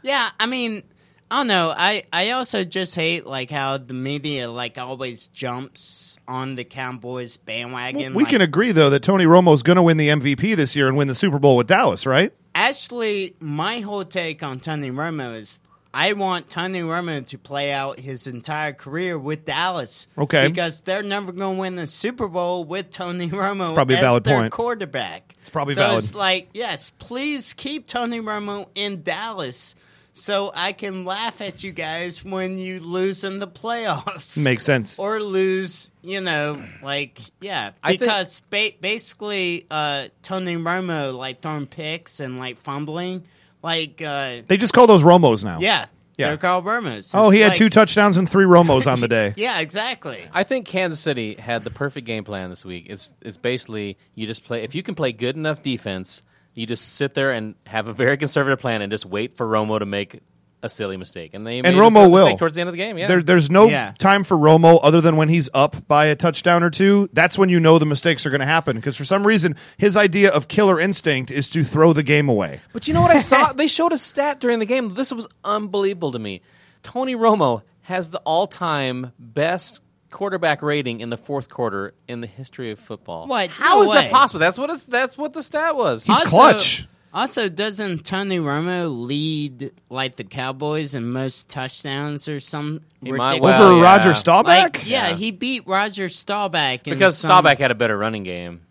Speaker 5: yeah, I mean, I don't know. I, I also just hate like how the media like always jumps on the Cowboys
Speaker 2: Well,
Speaker 5: bandwagon.
Speaker 2: we
Speaker 5: like,
Speaker 2: can agree though that Tony Romo's going to win the MVP this year and win the Super Bowl with Dallas, right?
Speaker 5: actually my whole take on Tony Romo is I want Tony Romo to play out his entire career with Dallas.
Speaker 2: Okay.
Speaker 5: Because they're never going to win the Super Bowl with Tony Romo
Speaker 2: probably a
Speaker 5: as
Speaker 2: valid
Speaker 5: their
Speaker 2: point.
Speaker 5: quarterback. It's
Speaker 2: probably
Speaker 5: so
Speaker 2: valid.
Speaker 5: it's like, yes, please keep Tony Romo in Dallas so I can laugh at you guys when you lose in the playoffs
Speaker 2: Makes sense.
Speaker 5: or lose, you know, like yeah,
Speaker 3: I
Speaker 5: because ba- basically uh, Tony Romo like throwing picks and like fumbling, like uh,
Speaker 2: they just call those Romos now.
Speaker 5: yeah,
Speaker 2: Yeah.
Speaker 5: they're called Romos.
Speaker 2: Oh,
Speaker 5: It's
Speaker 2: he had
Speaker 5: like-
Speaker 2: two touchdowns and three Romos
Speaker 5: <laughs>
Speaker 2: on the day.
Speaker 5: Yeah, exactly.
Speaker 3: I think Kansas City had the perfect game plan this week. It's it's basically you just play if you can play good enough defense, you just sit there and have a very conservative plan and just wait for Romo to make a silly mistake, and they
Speaker 2: And
Speaker 3: made a
Speaker 2: Romo
Speaker 3: silly
Speaker 2: will.
Speaker 3: mistake towards the end of the game. Yeah,
Speaker 2: There, there's no
Speaker 5: Yeah.
Speaker 2: time for Romo other than when he's up by a touchdown or two. That's when you know the mistakes are going to happen because for some reason his idea of killer instinct is to throw the game away.
Speaker 3: But you know what I saw?
Speaker 2: <laughs>
Speaker 3: they showed a stat during the game. This was unbelievable to me. Tony Romo has the all-time best quarterback rating in the fourth quarter in the history of football.
Speaker 5: What?
Speaker 3: How
Speaker 5: No
Speaker 3: is
Speaker 5: way.
Speaker 3: that possible? That's what it's, that's what the stat was.
Speaker 2: He's clutch.
Speaker 5: Also, doesn't Tony Romo lead like the Cowboys in most touchdowns or some
Speaker 3: He might
Speaker 5: ridiculous?
Speaker 3: well,
Speaker 2: Over
Speaker 3: yeah.
Speaker 2: Roger Staubach?
Speaker 5: Like, yeah,
Speaker 3: Yeah.
Speaker 5: he beat Roger Staubach in
Speaker 3: because
Speaker 5: some,
Speaker 3: Staubach had a better running game.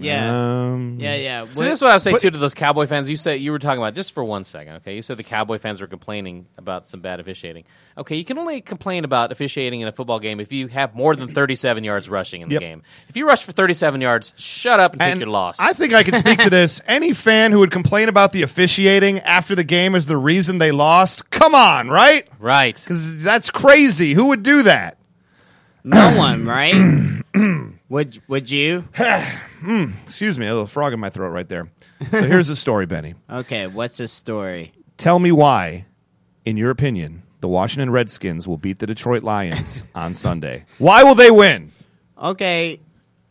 Speaker 5: Yeah,
Speaker 2: Um,
Speaker 5: yeah, yeah.
Speaker 3: So
Speaker 5: What-
Speaker 3: this is what I would say
Speaker 2: but-
Speaker 3: too to those Cowboy fans. You said you were talking about just for one second, okay? You said the Cowboy fans were complaining about some bad officiating. Okay, you can only complain about officiating in a football game if you have more than thirty-seven yards rushing in the
Speaker 2: Yep.
Speaker 3: game. If you rush for thirty-seven yards, shut up and,
Speaker 2: And
Speaker 3: take your loss.
Speaker 2: I think I can speak
Speaker 3: <laughs>
Speaker 2: to this. Any fan who would complain about the officiating after the game as the reason they lost, come on, right?
Speaker 3: right.
Speaker 2: Because that's crazy. Who would do that?
Speaker 5: no one, right? would would you?
Speaker 2: Excuse me, a little frog in my throat right there. So here's the story, Benny.
Speaker 5: Okay, what's the story?
Speaker 2: Tell me why, in your opinion, the Washington Redskins will beat the Detroit Lions on Sunday. Why will they win?
Speaker 5: Okay,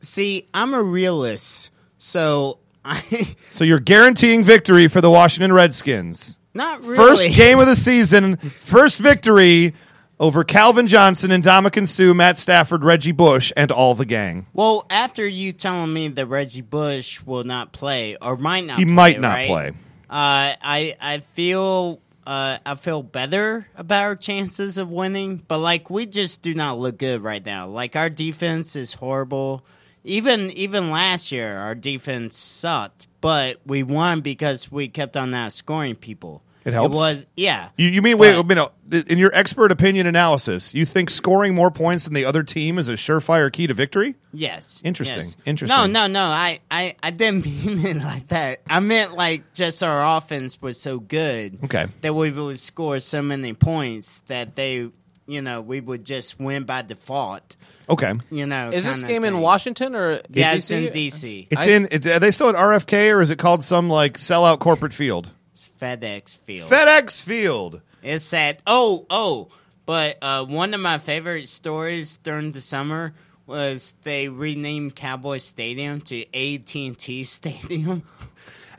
Speaker 5: see, I'm a realist, so I <laughs>
Speaker 2: So you're guaranteeing victory for the Washington Redskins.
Speaker 5: not really.
Speaker 2: First game of the season, first victory over Calvin Johnson and Dominican Sue, Matt Stafford, Reggie Bush, and all the gang.
Speaker 5: Well, after you telling me that Reggie Bush will not play or might not,
Speaker 2: He
Speaker 5: play,
Speaker 2: might not
Speaker 5: right?
Speaker 2: play.
Speaker 5: Uh, I I feel uh, I feel better about our chances of winning, but like we just do not look good right now. Like our defense is horrible. Even even last year, our defense sucked, but we won because we kept on not scoring people.
Speaker 2: It helps?
Speaker 5: It was yeah.
Speaker 2: You, you mean wait a
Speaker 5: But-
Speaker 2: minute? In your expert opinion analysis, you think scoring more points than the other team is a surefire key to victory?
Speaker 5: Yes.
Speaker 2: Interesting,
Speaker 5: yes.
Speaker 2: interesting.
Speaker 5: No, no, no. I, I, I didn't <laughs> mean it like that. I meant like just our offense was so good.
Speaker 2: Okay.
Speaker 5: That we would score so many points that they, you know, we would just win by default.
Speaker 2: Okay,
Speaker 5: You know.
Speaker 3: Is this
Speaker 5: kinda
Speaker 3: game in
Speaker 5: thing.
Speaker 3: Washington Uh, or
Speaker 5: Yeah,
Speaker 3: DC?
Speaker 5: it's in DC.
Speaker 2: it's
Speaker 3: I-
Speaker 2: in. It, are they still at RFK or is it called some like sellout corporate field?
Speaker 5: It's FedEx Field.
Speaker 2: FedEx Field.
Speaker 5: It's sad. Oh, oh. But uh, one of my favorite stories during the summer was they renamed Cowboy Stadium to AT&T <laughs> Stadium.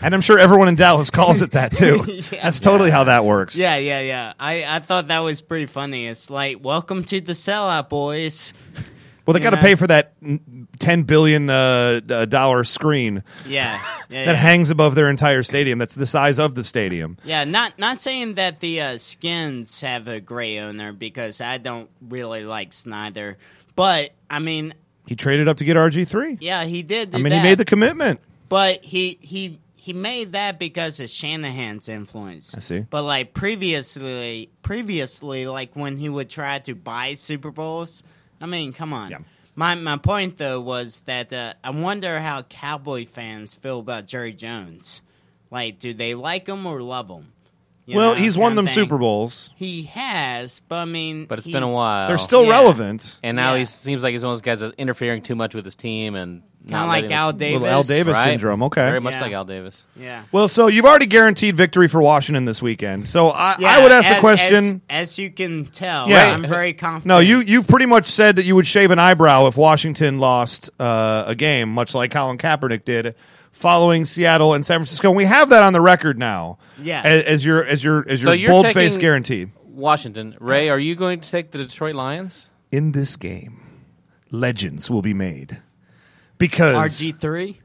Speaker 2: And I'm sure everyone in Dallas calls it that
Speaker 5: <laughs>
Speaker 2: too. That's totally how that works.
Speaker 5: Yeah, yeah, yeah. I, I thought that was pretty funny. It's like, welcome to the sellout, boys.
Speaker 2: Well, they
Speaker 5: You
Speaker 2: got to
Speaker 5: know?
Speaker 2: pay for that n- ten billion uh, uh, dollar screen <laughs>
Speaker 5: Yeah, yeah,
Speaker 2: that
Speaker 5: yeah.
Speaker 2: hangs above their entire stadium. That's the size of the stadium.
Speaker 5: Yeah, not not saying that the uh, skins have a gray owner because I don't really like Snyder, but I mean,
Speaker 2: He traded up to get RG three.
Speaker 5: yeah, he did. Do
Speaker 2: I mean,
Speaker 5: that,
Speaker 2: he made the commitment.
Speaker 5: but he he he made that because of Shanahan's influence. I
Speaker 2: see.
Speaker 5: But like previously, previously, like when he would try to buy Super Bowls, I mean, come on.
Speaker 2: Yeah.
Speaker 5: My my point though was that uh, I wonder how Cowboy fans feel about Jerry Jones. Like, do they like him or love him? You
Speaker 2: well,
Speaker 5: know,
Speaker 2: he's won
Speaker 5: kinda
Speaker 2: them
Speaker 5: thing.
Speaker 2: Super Bowls.
Speaker 5: He has, but I mean,
Speaker 3: But it's
Speaker 5: he's-
Speaker 3: been a while.
Speaker 2: They're still
Speaker 5: yeah.
Speaker 2: relevant.
Speaker 3: and now
Speaker 5: Yeah.
Speaker 3: he seems like he's one of those guys that's interfering too much with his team and
Speaker 5: Kind
Speaker 3: not
Speaker 5: of like
Speaker 3: letting-
Speaker 5: Al
Speaker 2: Little
Speaker 5: Davis.
Speaker 2: Al Davis
Speaker 3: Right.
Speaker 2: syndrome. Okay.
Speaker 3: Very much
Speaker 5: Yeah.
Speaker 3: like Al Davis.
Speaker 5: Yeah.
Speaker 2: Well, so you've already guaranteed victory for Washington this weekend. So I,
Speaker 5: Yeah,
Speaker 2: I would ask
Speaker 5: as-
Speaker 2: the question.
Speaker 5: as, as you can tell.
Speaker 2: Yeah.
Speaker 5: I'm very confident.
Speaker 2: no, you you've pretty much said that you would shave an eyebrow if Washington lost uh, a game, much like Colin Kaepernick did following Seattle and San Francisco. And we have that on the record now.
Speaker 5: Yeah.
Speaker 2: As, as your as your as
Speaker 3: So
Speaker 2: your
Speaker 3: you're
Speaker 2: bold face
Speaker 3: taking-
Speaker 2: guarantee
Speaker 3: Washington, Ray, are you going to take the Detroit Lions?
Speaker 2: in this game, legends will be made because
Speaker 5: RG three.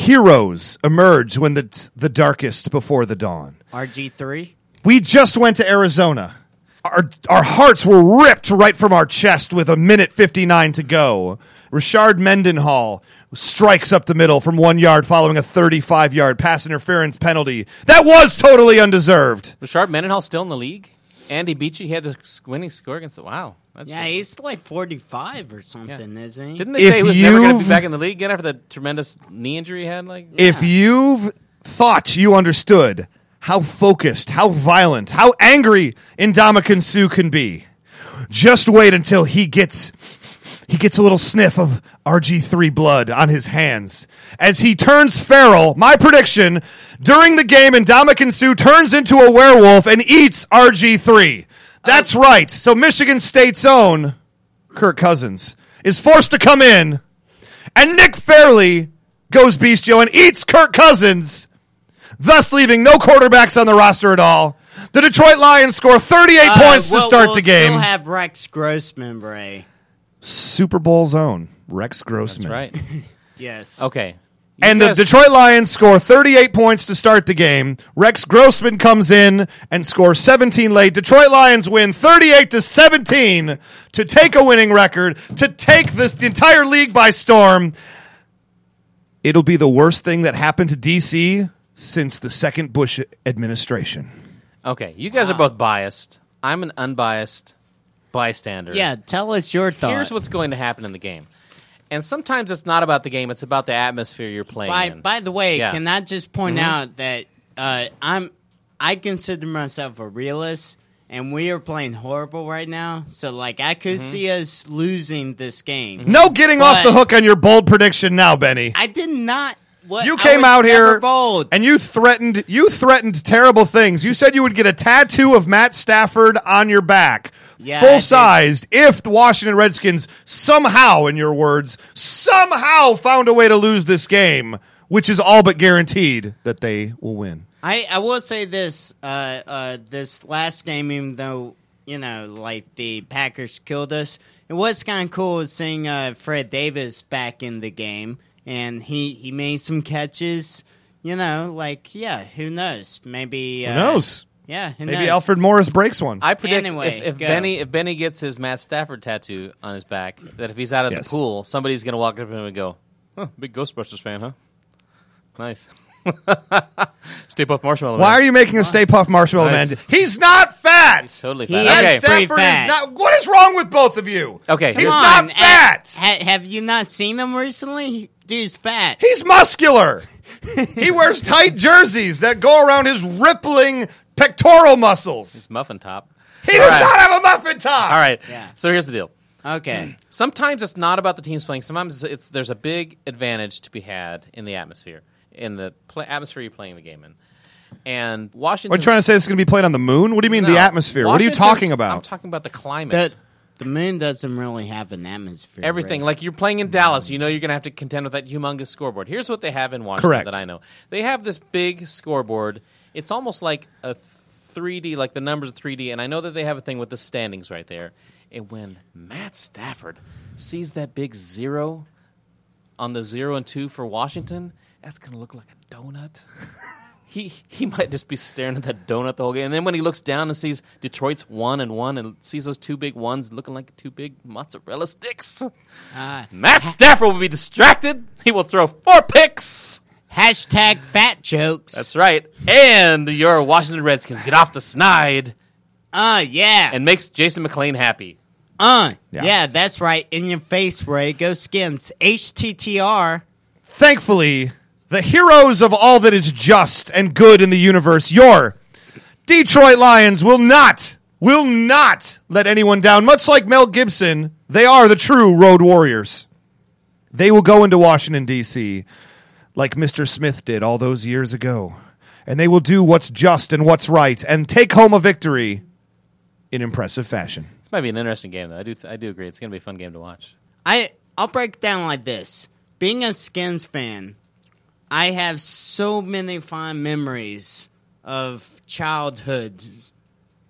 Speaker 2: heroes emerge when the the darkest before the dawn.
Speaker 5: RG three.
Speaker 2: We just went to Arizona. Our, our hearts were ripped right from our chest with a minute 59 to go. Richard Mendenhall strikes up the middle from one yard following a 35 yard pass interference penalty. That was totally undeserved.
Speaker 3: Richard Mendenhall still in the league? And he beat you. He had the s- winning score against the. Wow. That's
Speaker 5: Yeah, he's like forty five or something, isn't he?
Speaker 3: Didn't they say he
Speaker 2: If
Speaker 3: was never going to
Speaker 2: you've-
Speaker 3: be back in the league again after the tremendous knee injury he had? Like,
Speaker 2: If you've thought you understood how focused, how violent, how angry Indomitian Sue can be, just wait until he gets he gets a little sniff of RG3 blood on his hands. As he turns feral, my prediction, during the game, Indomitian Sue turns into a werewolf and eats RG3. That's right. So Michigan State's own Kirk Cousins is forced to come in, and Nick Fairley goes bestial and eats Kirk Cousins, thus leaving no quarterbacks on the roster at all. The Detroit Lions score 38
Speaker 5: Uh,
Speaker 2: points
Speaker 5: we'll-
Speaker 2: to start
Speaker 5: we'll
Speaker 2: the game.
Speaker 5: Still have Rex Grossman, Bray.
Speaker 2: Super Bowl zone. Rex Grossman. <laughs>
Speaker 3: That's right.
Speaker 5: Yes.
Speaker 3: Okay. You
Speaker 2: And
Speaker 3: guys-
Speaker 2: the Detroit Lions score 38 points to start the game. Rex Grossman comes in and scores 17 late. Detroit Lions win 38 to 17 to take a winning record, to take this the entire league by storm. It'll be the worst thing that happened to DC since the second Bush administration.
Speaker 3: Okay, you guys are both biased. I'm an unbiased bystander.
Speaker 5: Yeah, tell us your thoughts.
Speaker 3: Here's what's going to happen in the game. And sometimes it's not about the game, it's about the atmosphere you're playing
Speaker 5: By,
Speaker 3: in.
Speaker 5: by the way,
Speaker 3: Yeah.
Speaker 5: can I just point
Speaker 2: Mm-hmm.
Speaker 5: out that uh, I'm I consider myself a realist, and we are playing horrible right now. So like I could see us losing this game.
Speaker 2: Mm-hmm. No getting off the
Speaker 5: But-
Speaker 2: hook on your bold prediction now, Benny.
Speaker 5: I did not. What
Speaker 2: You
Speaker 5: I
Speaker 2: came
Speaker 5: was
Speaker 2: out
Speaker 5: never
Speaker 2: here
Speaker 5: bold.
Speaker 2: and you threatened you threatened terrible things. You said you would get a tattoo of Matt Stafford on your back.
Speaker 5: Yeah, I
Speaker 2: full
Speaker 5: did.
Speaker 2: sized if the Washington Redskins somehow in your words somehow found a way to lose this game, which is all but guaranteed that they will win.
Speaker 5: I, I will say this uh, uh, this last game, even though you know, like the Packers killed us, it was kind of cool seeing uh, Fred Davis back in the game, and he he made some catches. You know, like yeah, who knows? Maybe uh,
Speaker 2: Who knows?
Speaker 5: Yeah, who
Speaker 2: Maybe
Speaker 5: knows?
Speaker 2: Alfred Morris breaks one.
Speaker 3: I predict
Speaker 5: Anyway,
Speaker 3: if, if
Speaker 5: go.
Speaker 3: Benny if Benny gets his Matt Stafford tattoo on his back, that if he's out of
Speaker 2: Yes.
Speaker 3: the pool, somebody's going to walk up to him and go, "Huh, big Ghostbusters fan, huh? Nice." <laughs> Stay puff marshmallow.
Speaker 2: Why are you making a Stay Puff Marshmallow
Speaker 3: Nice.
Speaker 2: Man? He's not fat.
Speaker 3: totally
Speaker 5: He
Speaker 3: fat?
Speaker 5: is
Speaker 2: Matt
Speaker 3: okay.
Speaker 5: pretty
Speaker 2: Stafford
Speaker 5: fat.
Speaker 2: is not. What is wrong with both of you?
Speaker 3: Okay,
Speaker 2: he's
Speaker 3: here's-
Speaker 5: Come
Speaker 2: not
Speaker 5: on,
Speaker 2: fat.
Speaker 5: eh, ha- have you not seen him recently? Dude's fat.
Speaker 2: He's muscular. he wears tight jerseys that go around his rippling pectoral muscles.
Speaker 3: muffin top.
Speaker 2: He
Speaker 3: All
Speaker 2: does
Speaker 3: right.
Speaker 2: not have a muffin top.
Speaker 3: All right.
Speaker 5: Yeah.
Speaker 3: So here's the deal. Mm.
Speaker 5: Okay,
Speaker 3: Sometimes it's not about the teams playing. Sometimes it's, it's there's a big advantage to be had in the atmosphere, in the pla atmosphere you're playing the game in. And Washington.
Speaker 2: What are you trying to say? It's going to be played on the moon? What do you mean the atmosphere? What are you talking
Speaker 3: I'm
Speaker 2: about?
Speaker 3: talking about the climate.
Speaker 5: the the moon doesn't really have an atmosphere.
Speaker 3: Everything.
Speaker 5: right?
Speaker 3: Like you're playing in Dallas, you know you're going to have to contend with that humongous scoreboard. Here's what they have in Washington
Speaker 2: Correct.
Speaker 3: that I know. They have this big scoreboard. It's almost like a 3D, like the numbers are 3D. And I know that they have a thing with the standings right there. And when Matt Stafford sees that big zero on the zero and two for Washington, that's going to look like a donut. <laughs> He, he might just be staring at that donut the whole game. And then when he looks down and sees Detroit's one and one and sees those two big ones looking like two big mozzarella sticks,
Speaker 5: Ah.
Speaker 3: Matt Stafford will be distracted. He will throw four picks.
Speaker 5: hashtag fat jokes.
Speaker 3: That's right. And your Washington Redskins get off the snide
Speaker 5: Uh yeah.
Speaker 3: and makes Jason McLean happy.
Speaker 5: Uh,
Speaker 2: Yeah.
Speaker 5: yeah. that's right. In your face, Ray. Go skins. HTTR.
Speaker 2: Thankfully, the heroes of all that is just and good in the universe, your Detroit Lions, will not, will not let anyone down. Much like Mel Gibson, they are the true road warriors. They will go into Washington, D.C., like Mr. Smith did all those years ago, and they will do what's just and what's right and take home a victory in impressive fashion.
Speaker 3: This might be an interesting game, though. I do, I do agree. It's going to be a fun game to watch.
Speaker 5: I I'll break it down like this. Being a skins fan, I have so many fond memories of childhood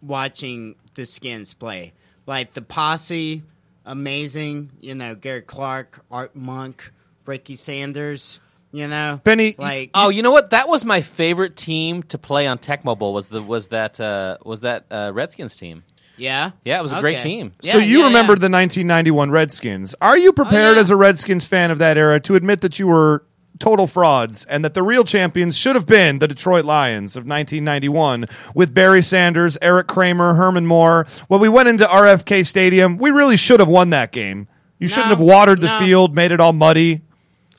Speaker 5: watching the skins play. Like the posse, amazing, you know, Gary Clark, Art Monk, Ricky Sanders, you know.
Speaker 2: Benny,
Speaker 5: like
Speaker 3: Oh, you know what? That was my favorite team to play on Tecmo Bowl. Was the was that uh, was that uh, Redskins team?
Speaker 5: yeah.
Speaker 3: Yeah, it was a great
Speaker 5: Okay.
Speaker 3: team.
Speaker 5: Yeah,
Speaker 2: so you
Speaker 5: yeah,
Speaker 2: remember
Speaker 5: yeah. Oh,
Speaker 2: the 1991 Redskins. Are you prepared
Speaker 5: yeah.
Speaker 2: as a Redskins fan of that era to admit that you were total frauds and that the real champions should have been the Detroit Lions of 1991 with Barry Sanders, Eric Kramer, Herman Moore? When we went into RFK Stadium, we really should have won that game. You shouldn't
Speaker 5: No,
Speaker 2: have watered the
Speaker 5: no.
Speaker 2: field, made it all muddy,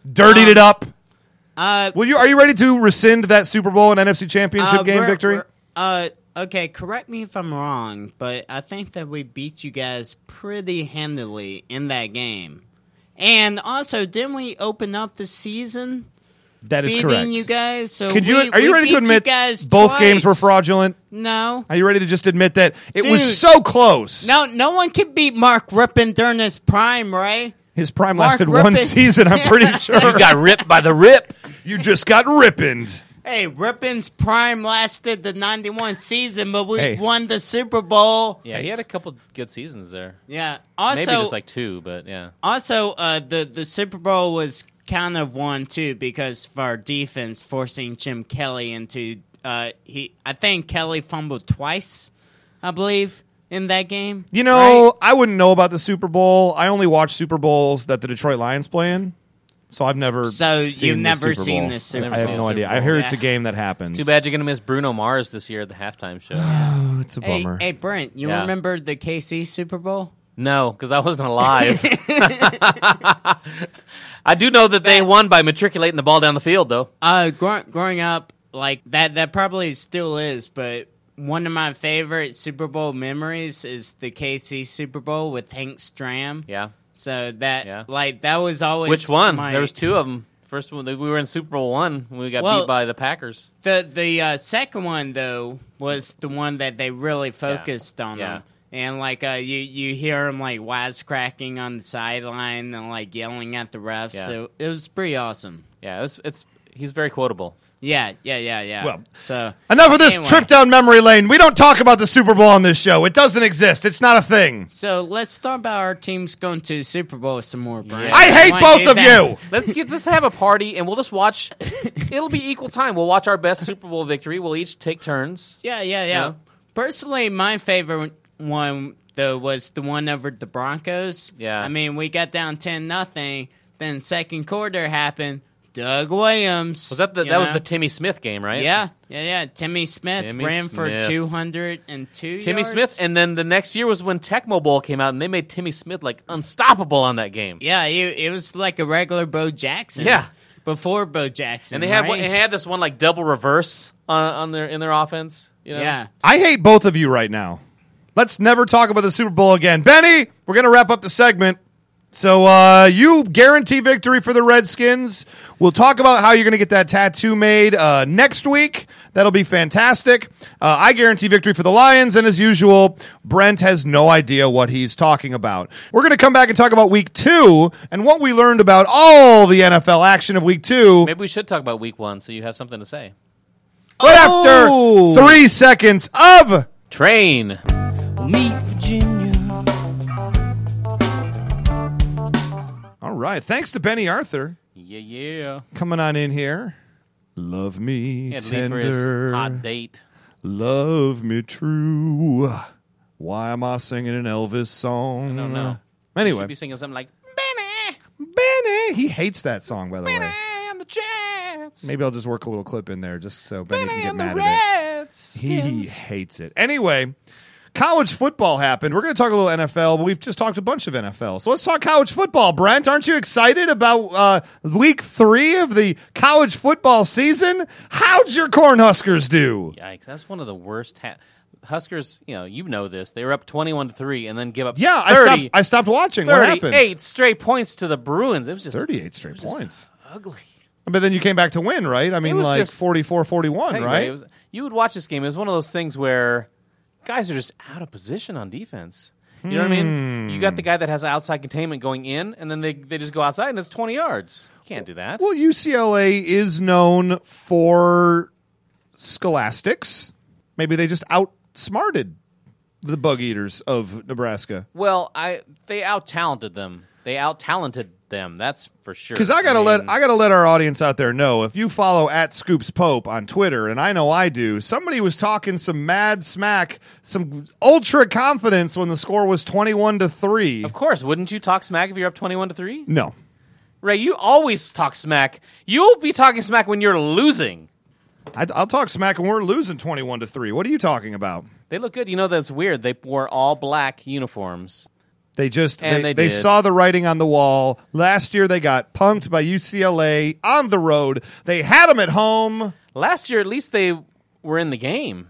Speaker 2: dirtied it up.
Speaker 5: Uh,
Speaker 2: Will you are you ready to rescind that Super Bowl and NFC Championship
Speaker 5: Uh,
Speaker 2: game
Speaker 5: we're-
Speaker 2: victory?
Speaker 5: we're- Uh, okay, correct me if I'm wrong, but I think that we beat you guys pretty handily in that game. And also, didn't we open up the season
Speaker 2: That is
Speaker 5: beating
Speaker 2: correct.
Speaker 5: you guys? So
Speaker 2: Could you,
Speaker 5: we-
Speaker 2: are you
Speaker 5: we
Speaker 2: ready
Speaker 5: beat
Speaker 2: to admit
Speaker 5: guys
Speaker 2: both
Speaker 5: twice.
Speaker 2: games were fraudulent?
Speaker 5: No.
Speaker 2: Are you ready to just admit that it
Speaker 5: Dude.
Speaker 2: was so close?
Speaker 5: No, no one can beat Mark Rippon during his prime, right?
Speaker 2: His prime
Speaker 5: Mark
Speaker 2: lasted one
Speaker 5: Rippon.
Speaker 2: season. I'm
Speaker 5: <laughs>
Speaker 2: pretty sure
Speaker 3: You got ripped by the rip.
Speaker 2: <laughs> You just got rippined.
Speaker 5: Hey, Rippon's prime lasted the 91 season, but we
Speaker 2: Hey.
Speaker 5: won the Super Bowl.
Speaker 3: <laughs> Yeah, he had a couple good seasons there.
Speaker 5: Yeah.
Speaker 3: Maybe
Speaker 5: Also,
Speaker 3: just like two, but yeah.
Speaker 5: also uh, the, the Super Bowl was kind of won, too, because of our defense forcing Jim Kelly into. Uh, he, I think Kelly fumbled twice, I believe, in that game.
Speaker 2: You know,
Speaker 5: right?
Speaker 2: I wouldn't know about the Super Bowl. I only watch Super Bowls that the Detroit Lions play in. So I've never
Speaker 5: So
Speaker 2: seen
Speaker 5: you've
Speaker 2: the
Speaker 5: never
Speaker 2: Super
Speaker 5: seen
Speaker 2: Bowl.
Speaker 5: this
Speaker 3: I've
Speaker 5: Super
Speaker 2: I
Speaker 3: never
Speaker 2: have
Speaker 3: seen
Speaker 2: no
Speaker 5: Bowl.
Speaker 3: the
Speaker 2: idea.
Speaker 3: Super
Speaker 2: I hear
Speaker 5: Bowl.
Speaker 2: it's a
Speaker 5: Yeah.
Speaker 2: game that happens.
Speaker 3: Too bad you're gonna miss Bruno Mars this year at the halftime show.
Speaker 2: Oh, it's a
Speaker 5: Hey,
Speaker 2: bummer.
Speaker 5: hey, Brent, you
Speaker 3: Yeah.
Speaker 5: remember the KC Super Bowl?
Speaker 3: no, because I wasn't alive. <laughs> I do know that they won by matriculating the ball down the field, though.
Speaker 5: Uh, grow- growing up, like that, that probably still is, but one of my favorite Super Bowl memories is the KC Super Bowl with Hank Stram.
Speaker 3: Yeah.
Speaker 5: So that,
Speaker 3: Yeah.
Speaker 5: like, that was always
Speaker 3: Which one?
Speaker 5: my-
Speaker 3: There was two of them. First one, we were in Super Bowl one. when We got
Speaker 5: Well-
Speaker 3: beat by the Packers.
Speaker 5: The the uh, second one though was the one that they really focused on
Speaker 3: Yeah.
Speaker 5: him. And like uh, you, you hear him like wisecracking on the sideline and like yelling at the refs.
Speaker 3: Yeah.
Speaker 5: So it was pretty awesome.
Speaker 3: Yeah, it was, it's he's very quotable.
Speaker 5: Yeah, yeah, yeah, yeah.
Speaker 2: Well,
Speaker 5: so
Speaker 2: Enough of this
Speaker 5: Anyway.
Speaker 2: trip down memory lane. We don't talk about the Super Bowl on this show. It doesn't exist. It's not a thing.
Speaker 5: So let's talk about our teams going to the Super Bowl some more, Brian.
Speaker 3: Yeah.
Speaker 2: I hate
Speaker 5: Wanna
Speaker 2: both
Speaker 5: do
Speaker 2: of
Speaker 5: that?
Speaker 2: you.
Speaker 3: Let's get let's have a party and we'll just
Speaker 5: <laughs>
Speaker 3: watch. It'll be equal time. We'll watch our best Super Bowl victory. We'll each take turns.
Speaker 5: Yeah, yeah, yeah.
Speaker 3: Yeah.
Speaker 5: Personally, my favorite one though was the one over the Broncos.
Speaker 3: Yeah.
Speaker 5: I mean, we got down ten nothing. Then second quarter happened. Doug Williams
Speaker 3: Was that the,
Speaker 5: you
Speaker 3: that was
Speaker 5: know?
Speaker 3: the Timmy Smith game, right?
Speaker 5: yeah, yeah, yeah. Timmy Smith
Speaker 3: Timmy
Speaker 5: ran for
Speaker 3: Smith.
Speaker 5: two hundred and two.
Speaker 3: Timmy Smith, and then the next year was when Tecmo Bowl came out, and they made Timmy Smith like unstoppable on that game.
Speaker 5: yeah, he, it was like a regular Bo Jackson.
Speaker 3: Yeah.
Speaker 5: before Bo Jackson,
Speaker 3: and they had
Speaker 5: right?
Speaker 3: one they had this one like double reverse on, on their in their offense. You know?
Speaker 5: yeah.
Speaker 2: I hate both of you right now. Let's never talk about the Super Bowl again. Benny, we're going to wrap up the segment. So uh, you guarantee victory for the Redskins. We'll talk about how you're going to get that tattoo made uh, next week. That'll be fantastic. Uh, I guarantee victory for the Lions, and as usual, Brent has no idea what he's talking about. We're going to come back and talk about Week Two and what we learned about all the NFL action of Week Two.
Speaker 3: Maybe we should talk about Week One, so you have something to say.
Speaker 2: But
Speaker 5: Oh!
Speaker 2: after three seconds of
Speaker 3: Train.
Speaker 4: Meet Virginia.
Speaker 2: all right, thanks to Benny Arthur.
Speaker 3: Yeah, yeah.
Speaker 2: coming on in here. Love me
Speaker 3: He had to leave for his hot
Speaker 2: tender,
Speaker 3: date.
Speaker 2: love me true. Why am I singing an Elvis song?
Speaker 3: don't know.
Speaker 2: Anyway,
Speaker 3: Should be singing something like
Speaker 2: Benny, he hates that song by the way.
Speaker 3: "Man, the Jets,
Speaker 2: Maybe I'll just work a little clip in there just so Benny can get
Speaker 3: and
Speaker 2: mad
Speaker 3: the
Speaker 2: at
Speaker 3: Reds."
Speaker 2: it. He hates it. Anyway, college football happened. We're going to talk a little NFL, but we've just talked a bunch of NFL. So let's talk college football. Brent, aren't you excited about uh, week three of the college football season? How'd your Cornhuskers do?
Speaker 3: Yikes! That's one of the worst. Ha- Huskers, you know, you know this. They were up twenty-one to three, and then give up.
Speaker 2: Yeah, I
Speaker 3: 30,
Speaker 2: stopped. I stopped watching. What happened?
Speaker 3: 38 straight points to the Bruins. It was just
Speaker 2: Thirty-eight straight points.
Speaker 3: ugly.
Speaker 2: But then you came back to win, right? I mean,
Speaker 3: was
Speaker 2: like
Speaker 3: just-
Speaker 2: 44-41,
Speaker 3: Tell you what,
Speaker 2: right?
Speaker 3: it was- you would watch this game. It was one of those things where guys are just out of position on defense. You know what I
Speaker 2: Hmm.
Speaker 3: mean? You got the guy that has outside containment going in, and then they, they just go outside, and it's 20 yards. You can't do that.
Speaker 2: well, UCLA is known for scholastics. Maybe they just outsmarted the bug eaters of Nebraska.
Speaker 3: Well, I they out talented them. They out talented them. That's for sure.
Speaker 2: Because I gotta
Speaker 3: mean,
Speaker 2: let I gotta let our audience out there know if you follow at Scoops Pope on Twitter, and I know I do, somebody was talking some mad smack, some ultra confidence when the score was twenty one to three.
Speaker 3: Of course, wouldn't you talk smack if you're up 21 to 3?
Speaker 2: No,
Speaker 3: Ray, you always talk smack. You'll be talking smack when you're losing.
Speaker 2: I, I'll talk smack and we're losing 21 to 3. What are you talking about?
Speaker 3: They look good. You know that's weird. They wore all black uniforms.
Speaker 2: They just
Speaker 3: And
Speaker 2: they,
Speaker 3: they
Speaker 2: they
Speaker 3: did.
Speaker 2: saw the writing on the wall. Last year they got punked by UCLA on the road. They had them at home.
Speaker 3: Last year, at least they were in the game.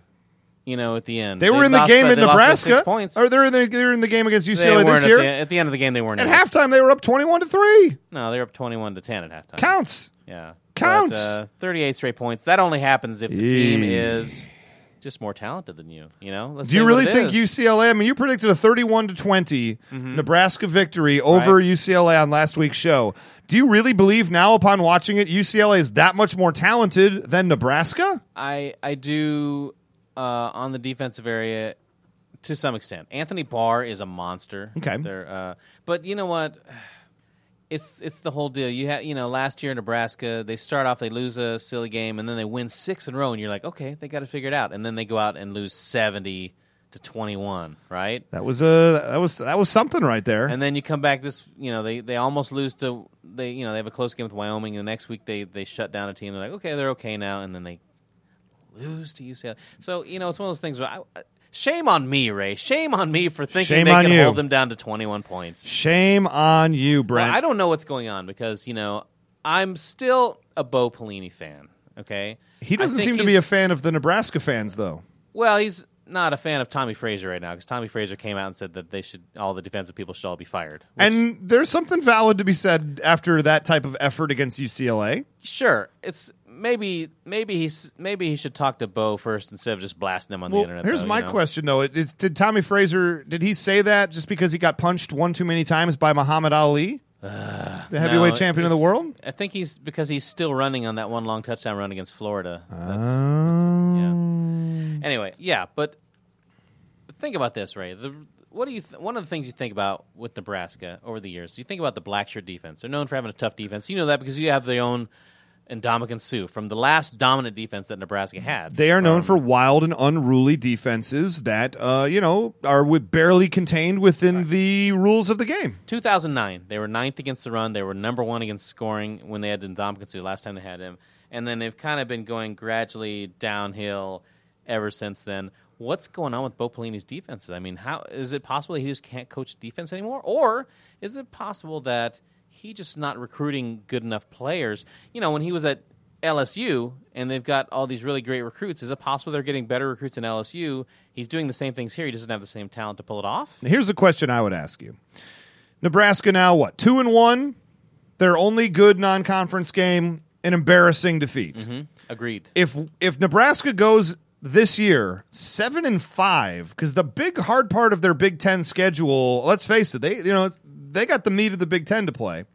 Speaker 3: you know, at the end.
Speaker 2: They were in the
Speaker 3: lost
Speaker 2: game
Speaker 3: by-
Speaker 2: in
Speaker 3: they lost by six
Speaker 2: Nebraska.
Speaker 3: points.
Speaker 2: Or they're in the, they're in the game against
Speaker 3: They
Speaker 2: UCLA
Speaker 3: weren't
Speaker 2: this
Speaker 3: at
Speaker 2: year.
Speaker 3: the, at the end of the game. They weren't
Speaker 2: At
Speaker 3: in it.
Speaker 2: halftime, they were up twenty-one to three.
Speaker 3: No, they were up twenty-one to ten at halftime.
Speaker 2: Counts.
Speaker 3: Yeah,
Speaker 2: Counts.
Speaker 3: But, uh, Thirty-eight straight points. That only happens if the team
Speaker 2: Yee.
Speaker 3: is just more talented than you. You know. Let's
Speaker 2: Do you
Speaker 3: say
Speaker 2: really
Speaker 3: what it
Speaker 2: think
Speaker 3: is.
Speaker 2: UCLA? I mean, you predicted a 31 to 20 Nebraska victory over
Speaker 3: Mm-hmm. Right.
Speaker 2: UCLA on last week's show. Do you really believe now, upon watching it, UCLA is that much more talented than Nebraska?
Speaker 3: I I do uh, on the defensive area to some extent. Anthony Barr is a monster.
Speaker 2: Okay.
Speaker 3: They're, uh, but you know what? It's it's the whole deal. You have you know last year in Nebraska they start off they lose a silly game and then they win six in a row and you're like okay they got to figure it out and then they go out and lose seventy to twenty one right
Speaker 2: That was a that was that was something right there.
Speaker 3: and then you come back this, you know, they, they almost lose to they, you know, they have a close game with Wyoming. And the next week they they shut down a team. They're like, okay, they're okay now, and then they lose to UCLA. So you know, it's one of those things where I, shame on me, Ray. Shame on me for thinking
Speaker 2: Shame
Speaker 3: they
Speaker 2: on
Speaker 3: can
Speaker 2: you.
Speaker 3: hold them down to twenty one points.
Speaker 2: Shame on you, Brent.
Speaker 3: Well, I don't know what's going on because you know I'm still a Bo Pelini fan. Okay,
Speaker 2: he
Speaker 3: I
Speaker 2: doesn't
Speaker 3: think
Speaker 2: seem to
Speaker 3: he's-
Speaker 2: be a fan of the Nebraska fans, though.
Speaker 3: well, he's not a fan of Tommy Fraser right now because Tommy Fraser came out and said that they should all the defensive people should all be fired. which-
Speaker 2: And there's something valid to be said after that type of effort against UCLA.
Speaker 3: sure it's maybe maybe he's maybe he should talk to bo first instead of just blasting him on
Speaker 2: Well,
Speaker 3: the internet
Speaker 2: here's
Speaker 3: though,
Speaker 2: my
Speaker 3: you know?
Speaker 2: question though: It- it's, Did Tommy Fraser did he say that just because he got punched one too many times by Muhammad Ali, the
Speaker 3: Uh, No,
Speaker 2: heavyweight champion of the
Speaker 3: it's-
Speaker 2: world?
Speaker 3: i think he's because he's still running on that one long touchdown run against florida that's,
Speaker 2: Oh.
Speaker 3: yeah anyway yeah but think about this ray the what do you th- one of the things you think about with Nebraska over the years? You think about the black shirt defense. They're known for having a tough defense. You know that because you have their own Indomitian Sue from the last dominant defense that Nebraska had.
Speaker 2: They are known for
Speaker 3: um,
Speaker 2: wild and unruly defenses that uh, you know are wi- barely contained within the rules of the game.
Speaker 3: 2009, they were ninth against the run. They were number one against scoring when they had Ndamukong last time they had him. And then they've kind of been going gradually downhill ever since then. What's going on with Bo Pelini's defenses? I mean, how is it possible that he just can't coach defense anymore, or is it possible that he just not recruiting good enough players? You know, when he was at LSU and they've got all these really great recruits, is it possible they're getting better recruits in LSU? He's doing the same things here. He doesn't have the same talent to pull it off.
Speaker 2: Here's a question I would ask you: Nebraska now what two and one? Their only good non-conference game, an embarrassing defeat.
Speaker 3: Agreed.
Speaker 2: if if Nebraska goes this year seven and five, because the big hard part of their Big Ten schedule, let's face it, they you know it's- they got the meat of the Big Ten to play.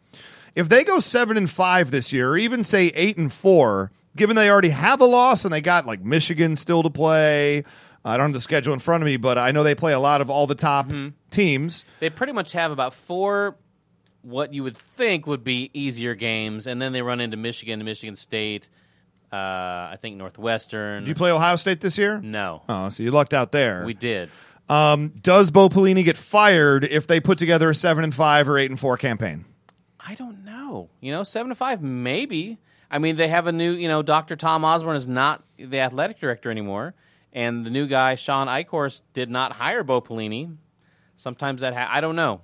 Speaker 2: If they go seven and five this year, or even say eight and four, given they already have a loss and they got like Michigan still to play, I don't have the schedule in front of me, but I know they play a lot of all the top
Speaker 3: Mm-hmm.
Speaker 2: teams.
Speaker 3: they pretty much have about four what you would think would be easier games, and then they run into Michigan, Michigan State, uh, I think Northwestern.
Speaker 2: Do you play Ohio State this year?
Speaker 3: no,
Speaker 2: Oh, so you lucked out there.
Speaker 3: we did.
Speaker 2: um, does Bo Pelini get fired if they put together a seven and five or eight and four campaign?
Speaker 3: I don't know. You know, seven to five, maybe. I mean, they have a new. You know, Doctor Tom Osborne is not the athletic director anymore, and the new guy Sean Eichhorst did not hire Bo Pelini. Sometimes that ha- I don't know.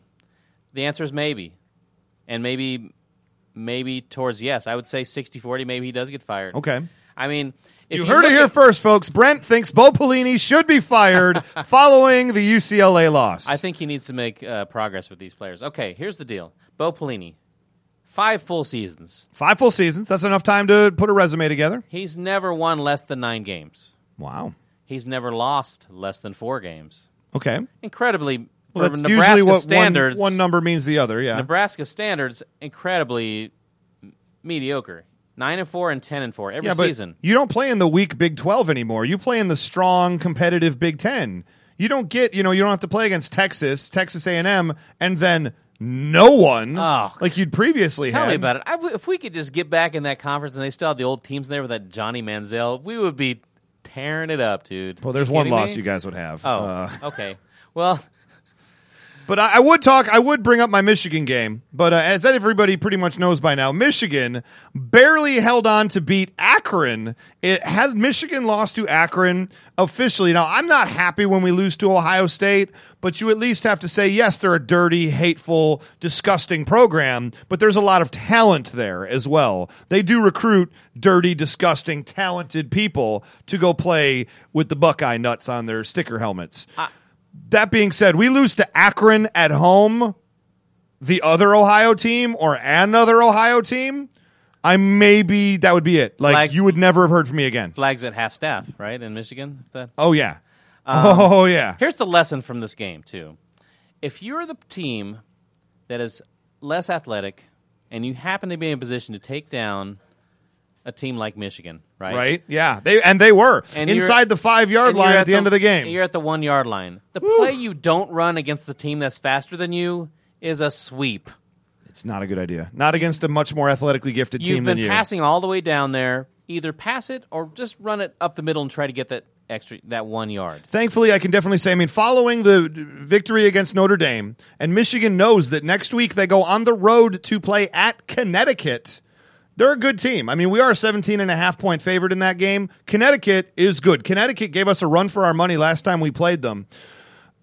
Speaker 3: The answer is maybe, and maybe, maybe towards yes. I would say 60-40, Maybe he does get fired.
Speaker 2: Okay.
Speaker 3: I mean, if
Speaker 2: You heard it
Speaker 3: look
Speaker 2: here
Speaker 3: at-
Speaker 2: first, folks. Brent thinks Bo Pelini should be
Speaker 3: <laughs>
Speaker 2: fired following the UCLA loss.
Speaker 3: I think he needs to make uh, progress with these players. Okay, here's the deal: Bo Pelini, five full seasons.
Speaker 2: five full seasons. That's enough time to put a resume together.
Speaker 3: He's never won less than nine games.
Speaker 2: Wow.
Speaker 3: He's never lost less than four games.
Speaker 2: Okay.
Speaker 3: Incredibly,
Speaker 2: Well,
Speaker 3: for
Speaker 2: that's
Speaker 3: Nebraska
Speaker 2: usually what one-
Speaker 3: standards,
Speaker 2: One, number means the other. Yeah.
Speaker 3: Nebraska standards, incredibly m- mediocre. Nine and four and ten and four every
Speaker 2: yeah, but
Speaker 3: season.
Speaker 2: you don't play in the weak Big Twelve anymore. You play in the strong, competitive Big Ten. You don't get. You know, you don't have to play against Texas, Texas A and M, and then no one
Speaker 3: Oh.
Speaker 2: like you'd previously
Speaker 3: Tell
Speaker 2: had.
Speaker 3: me about it. I w if we could just get back in that conference and they still have the old teams there with that Johnny Manziel, we would be tearing it up, dude.
Speaker 2: Well, there's
Speaker 3: You
Speaker 2: one
Speaker 3: kidding Oh.
Speaker 2: loss
Speaker 3: me?
Speaker 2: Uh. you guys would have.
Speaker 3: Oh,
Speaker 2: Uh,
Speaker 3: okay. Well,
Speaker 2: But I, I would talk. I would bring up my Michigan game. But uh, as everybody pretty much knows by now, Michigan barely held on to beat Akron. It had Michigan lost to Akron officially. Now I'm not happy when we lose to Ohio State, but you at least have to say yes, they're a dirty, hateful, disgusting program. But there's a lot of talent there as well. They do recruit dirty, disgusting, talented people to go play with the Buckeye nuts on their sticker helmets. That being said, we lose to Akron at home, the other Ohio team, or another Ohio team. I maybe that would be it. Like
Speaker 3: Flags-
Speaker 2: you would never have heard from me again.
Speaker 3: Flags at half staff, right in Michigan. That
Speaker 2: Oh yeah. <laughs>
Speaker 3: Um,
Speaker 2: oh yeah.
Speaker 3: Here's the lesson from this game, too. If you're the team that is less athletic and you happen to be in a position to take down a team like Michigan, right?
Speaker 2: Right? Yeah. They and they were
Speaker 3: And you're-
Speaker 2: inside the five yard
Speaker 3: And you're
Speaker 2: line at, the, end of the game.
Speaker 3: You're at the one yard line. The play you don't run against the team that's faster than you is a sweep.
Speaker 2: It's not a good idea. Not against a much more athletically gifted
Speaker 3: You've
Speaker 2: team
Speaker 3: been
Speaker 2: than you.
Speaker 3: passing all the way down there. Either pass it or just run it up the middle and try to get that extra that one yard.
Speaker 2: Thankfully, I can definitely say, I mean, following the victory against Notre Dame, and Michigan knows that next week they go on the road to play at Connecticut. They're a good team. I mean, we are a 17 and a half point favorite in that game. Connecticut is good. Connecticut gave us a run for our money last time we played them.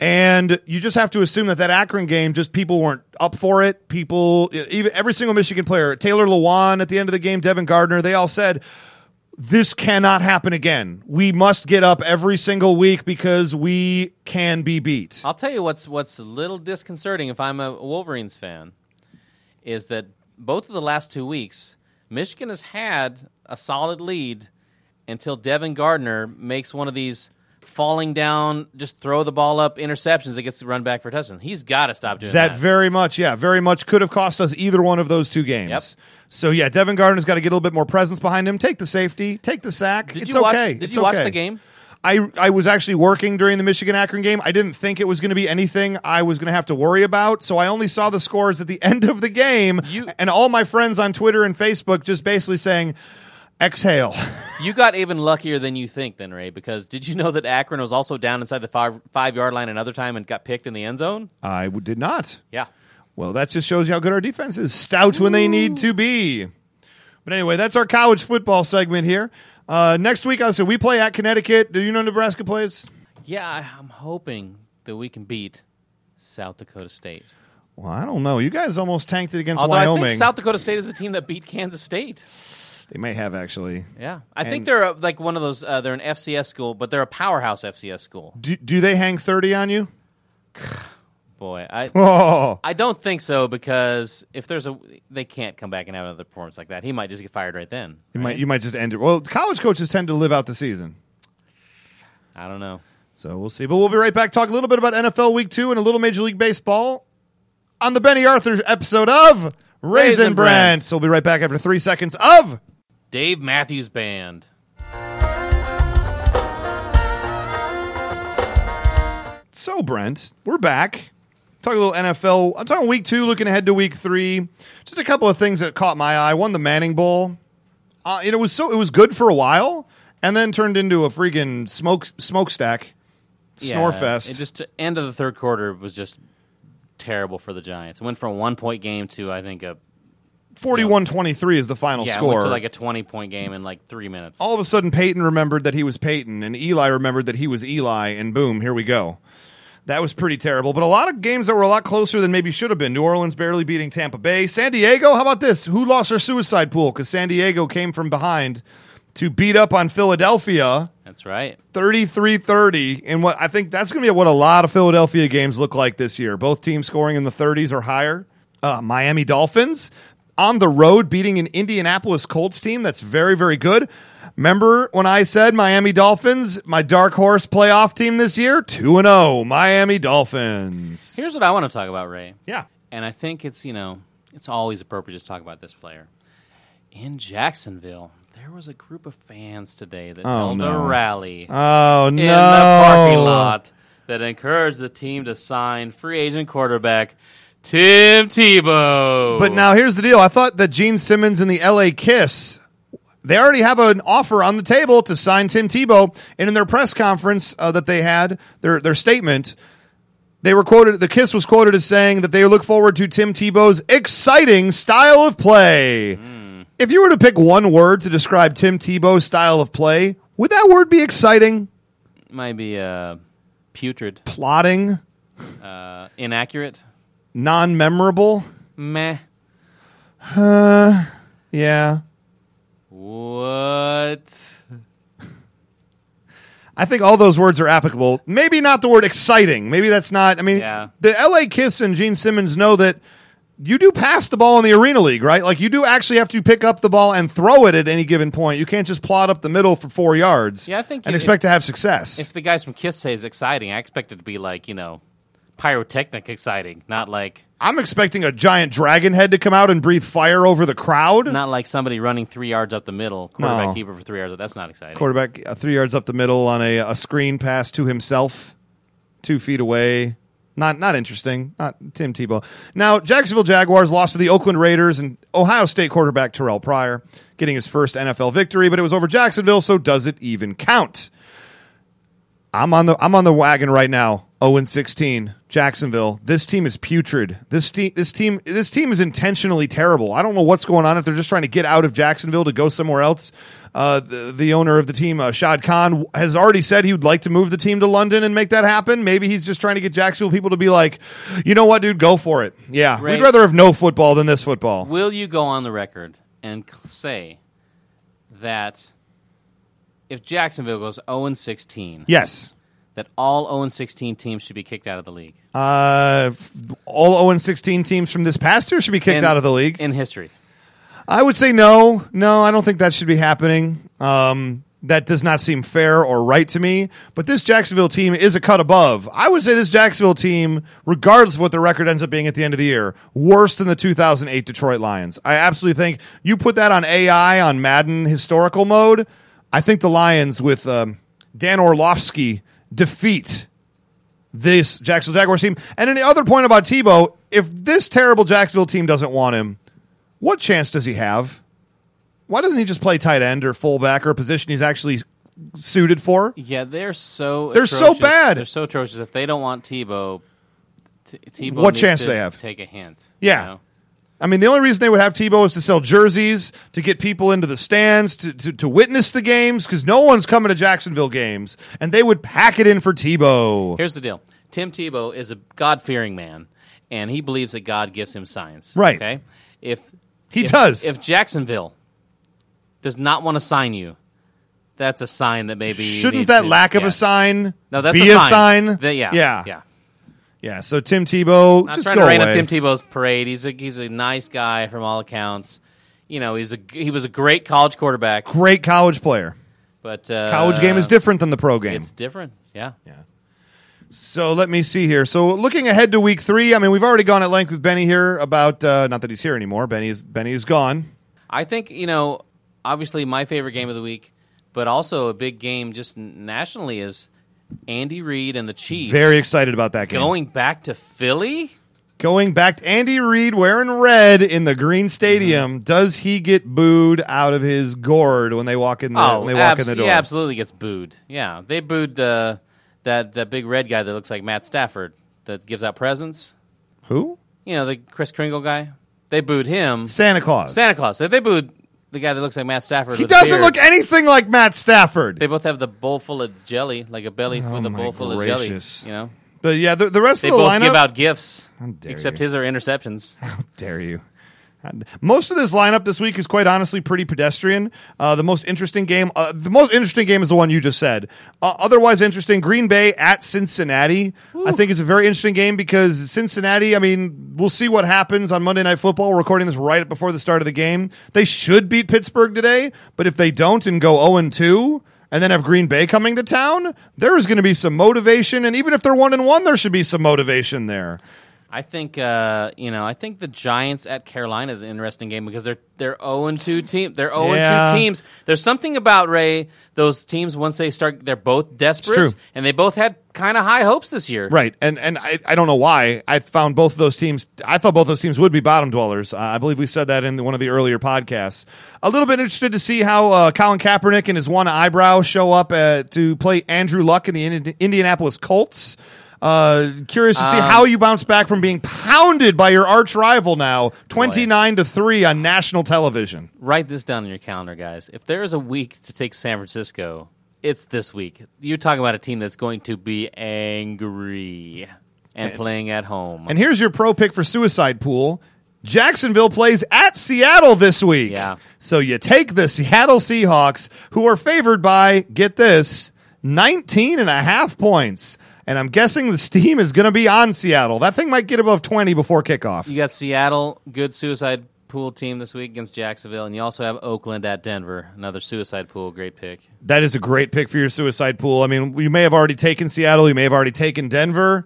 Speaker 2: And you just have to assume that that Akron game, just people weren't up for it. People, e-, even every single Michigan player, Taylor Lewan at the end of the game, Devin Gardner, they all said, this cannot happen again. We must get up every single week because we can be beat.
Speaker 3: I'll tell you what's what's a little disconcerting if I'm a Wolverines fan is that both of the last two weeks Michigan has had a solid lead until Devin Gardner makes one of these falling down, just throw the ball up interceptions that gets run back for a touchdown. He's got to stop doing that.
Speaker 2: That very much, yeah, very much could have cost us either one of those two games.
Speaker 3: Yep.
Speaker 2: So yeah, Devin Gardner's got to get a little bit more presence behind him. Take the safety, take the sack.
Speaker 3: did
Speaker 2: it's
Speaker 3: you watch?
Speaker 2: okay.
Speaker 3: Did
Speaker 2: It's
Speaker 3: you watch
Speaker 2: okay.
Speaker 3: the game?
Speaker 2: I I was actually working during the Michigan Akron game. I didn't think it was going to be anything I was going to have to worry about, so I only saw the scores at the <laughs> end of the game.
Speaker 3: You-
Speaker 2: and all my friends on Twitter and Facebook just basically saying, "Exhale."
Speaker 3: You got even luckier than you think, then Ray. Because did you know that Akron was also down inside the five five yard line another time and got picked in the end zone?
Speaker 2: I w- did not.
Speaker 3: Yeah.
Speaker 2: Well, that just shows you how good our defense is. Stout when they need to be. But anyway, that's our college football segment here. Uh, next week, I said we play at Connecticut. Do you know Nebraska plays?
Speaker 3: Yeah, I- I'm hoping that we can beat South Dakota State.
Speaker 2: Well, I don't know. You guys almost tanked it against
Speaker 3: Although
Speaker 2: Wyoming.
Speaker 3: I think South Dakota State is the team that beat Kansas State.
Speaker 2: they may have actually.
Speaker 3: Yeah, I
Speaker 2: And-
Speaker 3: think they're uh, like one of those. Uh, they're an FCS school, but they're a powerhouse FCS school.
Speaker 2: Do, do they hang thirty on
Speaker 3: <laughs>
Speaker 2: you?
Speaker 3: Boy, I
Speaker 2: Oh,
Speaker 3: I don't think so because if there's a, they can't come back and have another performance like that. He might just get fired right then.
Speaker 2: you might you might just end it. Well, college coaches tend to live out the season.
Speaker 3: I don't know.
Speaker 2: So we'll see. But we'll be right back. Talk a little bit about NFL Week Two and a little Major League Baseball on the Benny Arthur episode of Raisin
Speaker 3: Raisin Brents.
Speaker 2: Brands. We'll be right back after three seconds of
Speaker 3: Dave Matthews Band.
Speaker 2: So, Brent, we're back. Talk a little NFL. I'm talking week two, looking ahead to week three. Just a couple of things that caught my eye. One, the Manning Bowl. Uh, and it was so it was good for a while, and then turned into a freaking smoke smokestack snore
Speaker 3: Yeah,
Speaker 2: fest.
Speaker 3: It just end of the third quarter was just terrible for the Giants. It went from a one point game to I think a
Speaker 2: 41-23 is the final
Speaker 3: yeah, it
Speaker 2: score.
Speaker 3: went to like a twenty point game in like three minutes.
Speaker 2: All of a sudden, Peyton remembered that he was Peyton, and Eli remembered that he was Eli, and boom, here we go. That was pretty terrible. But a lot of games that were a lot closer than maybe should have been. New Orleans barely beating Tampa Bay. San Diego, how about this? Who lost their suicide pool? Because San Diego came from behind to beat up on Philadelphia
Speaker 3: That's right.
Speaker 2: 33 30. And what I think that's going to be what a lot of Philadelphia games look like this year. Both teams scoring in the 30s or higher. Uh, Miami Dolphins on the road beating an Indianapolis Colts team that's very, very good. Remember when I said Miami Dolphins, my dark horse playoff team this year? 2 and 0, Miami Dolphins.
Speaker 3: Here's what I want to talk about, Ray.
Speaker 2: Yeah.
Speaker 3: And I think it's you know it's always appropriate to talk about this player in Jacksonville. There was a group of fans today that held
Speaker 2: Oh, no.
Speaker 3: a rally
Speaker 2: Oh, no.
Speaker 3: in the parking lot that encouraged the team to sign free agent quarterback Tim Tebow.
Speaker 2: But now here's the deal. I thought that Gene Simmons and the LA Kiss, they already have an offer on the table to sign Tim Tebow. And in their press conference uh, that they had, their their statement, They were quoted. The Kiss was quoted as saying that they look forward to Tim Tebow's exciting style of play. If you were to pick one word to describe Tim Tebow's style of play, would that word be exciting,
Speaker 3: Might be uh, putrid,
Speaker 2: plotting,
Speaker 3: uh, inaccurate,
Speaker 2: non-memorable?
Speaker 3: meh.
Speaker 2: Yeah,
Speaker 3: What?
Speaker 2: I think all those words are applicable. Maybe not the word exciting. Maybe that's not. I mean,
Speaker 3: Yeah.
Speaker 2: the LA Kiss and Gene Simmons know that you do pass the ball in the Arena League, right? Like you do actually have to pick up the ball and throw it at any given point. You can't just plod up the middle for four yards.
Speaker 3: Yeah, I think
Speaker 2: and
Speaker 3: you-
Speaker 2: expect to have success.
Speaker 3: If the guys from Kiss say it's exciting, I expect it to be like you know, pyrotechnic exciting, not like
Speaker 2: I'm expecting a giant dragon head to come out and breathe fire over the crowd.
Speaker 3: <laughs> not like somebody running three yards up the middle, quarterback
Speaker 2: No.
Speaker 3: keeper for three yards. That's not exciting.
Speaker 2: Quarterback uh, three yards up the middle on a, a screen pass to himself, two feet away. Not not interesting. Not Tim Tebow. Now Jacksonville Jaguars lost to the Oakland Raiders and Ohio State quarterback Terrell Pryor getting his first NFL victory, but it was over Jacksonville, so does it even count? I'm on the I'm on the wagon right now. 0 and 16, Jacksonville. This team is putrid. This team this team this team is intentionally terrible. I don't know what's going on if they're just trying to get out of Jacksonville to go somewhere else. Uh, the, the owner of the team, uh, Shad Khan, has already said he would like to move the team to London and make that happen. Maybe he's just trying to get Jacksonville people to be like, you know what, dude, go for it. Yeah,
Speaker 3: Right.
Speaker 2: we'd rather have no football than this football.
Speaker 3: Will you go on the record and c- say that if Jacksonville goes 0 and 16,
Speaker 2: Yes,
Speaker 3: that all 0 and 16 teams should be kicked out of the league?
Speaker 2: uh, f- all 0 and 16 teams from this past year should be kicked
Speaker 3: In-
Speaker 2: out of the league.
Speaker 3: in history.
Speaker 2: I would say no. No, I don't think that should be happening. Um, that does not seem fair or right to me. But this Jacksonville team is a cut above. I would say this Jacksonville team, regardless of what the record ends up being at the end of the year, worse than the 2008 Detroit Lions. I absolutely think you put that on AI, on Madden historical mode. I think the Lions with um, Dan Orlovsky defeat this Jacksonville Jaguars team. And any other point about Tebow, if this terrible Jacksonville team doesn't want him, what chance does he have? Why doesn't he just play tight end or fullback or a position he's actually suited for?
Speaker 3: Yeah, they're so
Speaker 2: They're so
Speaker 3: atrocious.
Speaker 2: bad.
Speaker 3: They're so atrocious. If they don't want Tebow, t- Tebow
Speaker 2: What
Speaker 3: needs
Speaker 2: chance
Speaker 3: to
Speaker 2: they have?
Speaker 3: Take a hint.
Speaker 2: Yeah.
Speaker 3: you know?
Speaker 2: I mean, the only reason they would have Tebow is to sell jerseys, to get people into the stands, to, to, to witness the games, because no one's coming to Jacksonville games, and they would pack it in for Tebow.
Speaker 3: Here's the deal: Tim Tebow is a God-fearing man, and he believes that God gives him science.
Speaker 2: Right.
Speaker 3: Okay. If
Speaker 2: He
Speaker 3: if-
Speaker 2: does.
Speaker 3: If Jacksonville does not want to sign you, that's a sign that maybe you need
Speaker 2: Shouldn't that
Speaker 3: to-
Speaker 2: lack of
Speaker 3: yeah.
Speaker 2: a sign
Speaker 3: No, that's
Speaker 2: be
Speaker 3: a sign. That-
Speaker 2: sign?
Speaker 3: yeah,
Speaker 2: yeah,
Speaker 3: yeah.
Speaker 2: yeah. So Tim Tebow,
Speaker 3: Not
Speaker 2: just
Speaker 3: trying
Speaker 2: go
Speaker 3: to rain
Speaker 2: away.
Speaker 3: on Tim Tebow's parade. He's a he's a nice guy from all accounts. You know, he's a g- he was a great college quarterback,
Speaker 2: Great college player.
Speaker 3: but uh,
Speaker 2: College game is different than the pro game.
Speaker 3: It's different. Yeah.
Speaker 2: So let me see here. So looking ahead to week three, I mean, we've already gone at length with Benny here about uh, not that he's here anymore. Benny is Benny is gone.
Speaker 3: I think you know, obviously my favorite game of the week, but also a big game just n- nationally is Andy Reid and the Chiefs
Speaker 2: Very excited about that game.
Speaker 3: going back to Philly.
Speaker 2: Going back to Andy Reid wearing red in the green stadium.
Speaker 3: Mm-hmm.
Speaker 2: Does he get booed out of his gourd when they walk in the
Speaker 3: Oh,
Speaker 2: when they walk
Speaker 3: abs-
Speaker 2: in the door?
Speaker 3: he absolutely gets booed. Yeah, they booed uh, that that big red guy that looks like Matt Stafford that gives out presents.
Speaker 2: Who?
Speaker 3: You know, the Chris Kringle guy. They booed him.
Speaker 2: Santa Claus.
Speaker 3: Santa Claus. They they booed the guy that looks like Matt Stafford.
Speaker 2: He
Speaker 3: with a
Speaker 2: doesn't
Speaker 3: beard.
Speaker 2: look anything like Matt Stafford.
Speaker 3: They both have the bowl full of jelly, like a belly with a
Speaker 2: Oh my
Speaker 3: bowl full
Speaker 2: gracious.
Speaker 3: of jelly. You know,
Speaker 2: but yeah, the, the rest
Speaker 3: they
Speaker 2: of the
Speaker 3: both
Speaker 2: lineup.
Speaker 3: give out gifts,
Speaker 2: dare
Speaker 3: except
Speaker 2: you.
Speaker 3: his are interceptions.
Speaker 2: dare you? Most of this lineup this week is quite honestly pretty pedestrian. Uh, the most interesting game, uh, the most interesting game is the one you just said. Uh, otherwise interesting, Green Bay at Cincinnati. I think it's a very interesting game because Cincinnati. I mean, we'll see what happens on Monday Night Football. We're recording this right before the start of the game. They should beat Pittsburgh today, but if they don't and go zero and two. And then have Green Bay coming to town. There is going to be some motivation, and even if they're one and one, there should be some motivation there.
Speaker 3: I think uh, you know. I think the Giants at Carolina is an interesting game because they're they're zero and two team. They're zero
Speaker 2: Yeah.
Speaker 3: and two teams. There's something about Ray. Those teams once they start, they're both desperate,
Speaker 2: true.
Speaker 3: and they both had kind of high hopes this year.
Speaker 2: Right, and and I, I don't know why I found both of those teams. I thought both those teams would be bottom dwellers. Uh, I believe we said that in the, one of the earlier podcasts. A little bit interested to see how uh, Colin Kaepernick and his one eyebrow show up uh, to play Andrew Luck in the Indi- Indianapolis Colts. Uh, curious to see how you bounce back from being pounded by your arch rival now, 29 to 3 on national television.
Speaker 3: Write this down on your calendar, guys. If there is a week to take San Francisco, it's this week. You're talking about a team that's going to be angry and, playing at home.
Speaker 2: And here's your pro pick for suicide pool. Jacksonville plays at Seattle this week.
Speaker 3: Yeah.
Speaker 2: So you take the Seattle Seahawks, who are favored by, get this, 19 and a half points. And I'm guessing the steam is going to be on Seattle. That thing might get above 20 before kickoff.
Speaker 3: you got Seattle, good suicide pool team this week against Jacksonville, and you also have Oakland at Denver, another suicide pool, great pick.
Speaker 2: That is a great pick for your suicide pool. I mean, you may have already taken Seattle, you may have already taken Denver.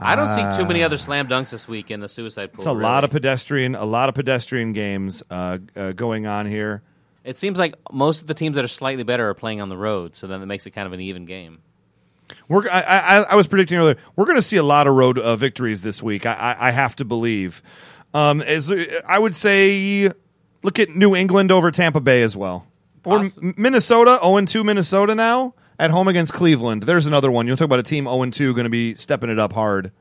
Speaker 3: I don't see too many other slam dunks this week in the suicide pool.
Speaker 2: Ah. It's a lot of pedestrian, a lot of pedestrian games uh, uh, going on here.
Speaker 3: It seems like most of the teams that are slightly better are playing on the road, so then it makes it kind of an even game.
Speaker 2: We're, I, I, I was predicting earlier. We're going to see a lot of road uh, victories this week. I, I, I have to believe. Um, as I would say, look at New England over Tampa Bay as well, or
Speaker 3: Awesome.
Speaker 2: M- Minnesota zero two Minnesota now at home against Cleveland. There's another one. You'll talk about a team zero two going to be stepping it up hard.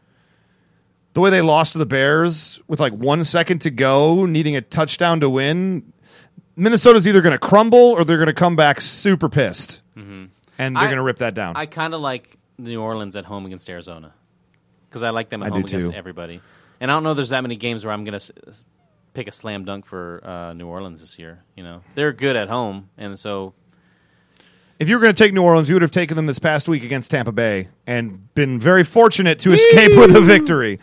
Speaker 2: The way they lost to the Bears with like one second to go, needing a touchdown to win, Minnesota's either going to crumble or they're going to come back super pissed, and they're
Speaker 3: Mm-hmm. I-
Speaker 2: going to rip that down.
Speaker 3: I kind of like New Orleans at home against Arizona because I like them at
Speaker 2: I do
Speaker 3: home against
Speaker 2: too.
Speaker 3: everybody. And I don't know there's that many games where I'm going to s- pick a slam dunk for uh, New Orleans this year. You know, they're good at home, and so
Speaker 2: If you were going to take New Orleans, you would have taken them this past week against Tampa Bay and been very fortunate to escape with a victory.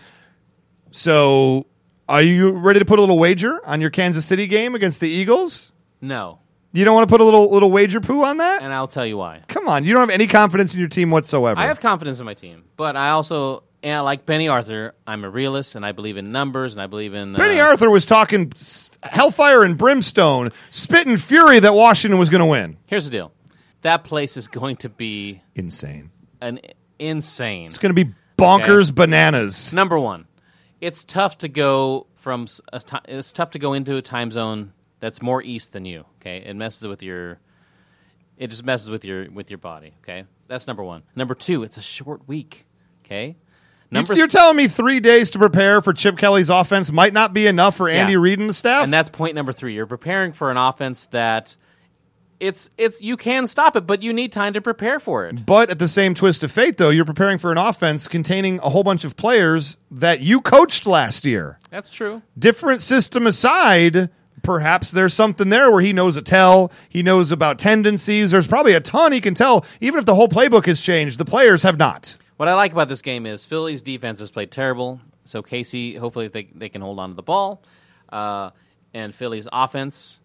Speaker 2: So, are you ready to put a little wager on your Kansas City game against the Eagles?
Speaker 3: no.
Speaker 2: You don't want to put a little little wager poo on that?
Speaker 3: And I'll tell you why.
Speaker 2: Come on, you don't have any confidence in your team whatsoever.
Speaker 3: I have confidence in my team, but I also, and I like Benny Arthur, I'm a realist, and I believe in numbers, and I believe in uh,
Speaker 2: Benny Arthur was talking s- hellfire and brimstone, spit and fury that Washington was going to win.
Speaker 3: Here's the deal: that place is going to be
Speaker 2: Insane.
Speaker 3: an insane.
Speaker 2: It's going to be bonkers bananas.
Speaker 3: Number one, it's tough to go from s- a ti- it's tough to go into a time zone that's more east than you. Okay, it messes with your it just messes with your with your body. Okay, that's number one. Number two, it's a short week. Okay, number
Speaker 2: You're telling me three days to prepare for Chip Kelly's offense might not be enough for Andy
Speaker 3: Yeah.
Speaker 2: Reid and the staff?
Speaker 3: and that's point number three. You're preparing for an offense that it's it's you can stop it, but you need time to prepare for it.
Speaker 2: But at the same twist of fate, though, you're preparing for an offense containing a whole bunch of players that you coached last year.
Speaker 3: That's true.
Speaker 2: Different system aside, perhaps there's something there where he knows a tell. He knows about tendencies. There's probably a ton he can tell. Even if the whole playbook has changed, the players have not.
Speaker 3: What I like about this game is Philly's defense has played terrible. So Casey, hopefully they they can hold on to the ball, uh, and Philly's offense.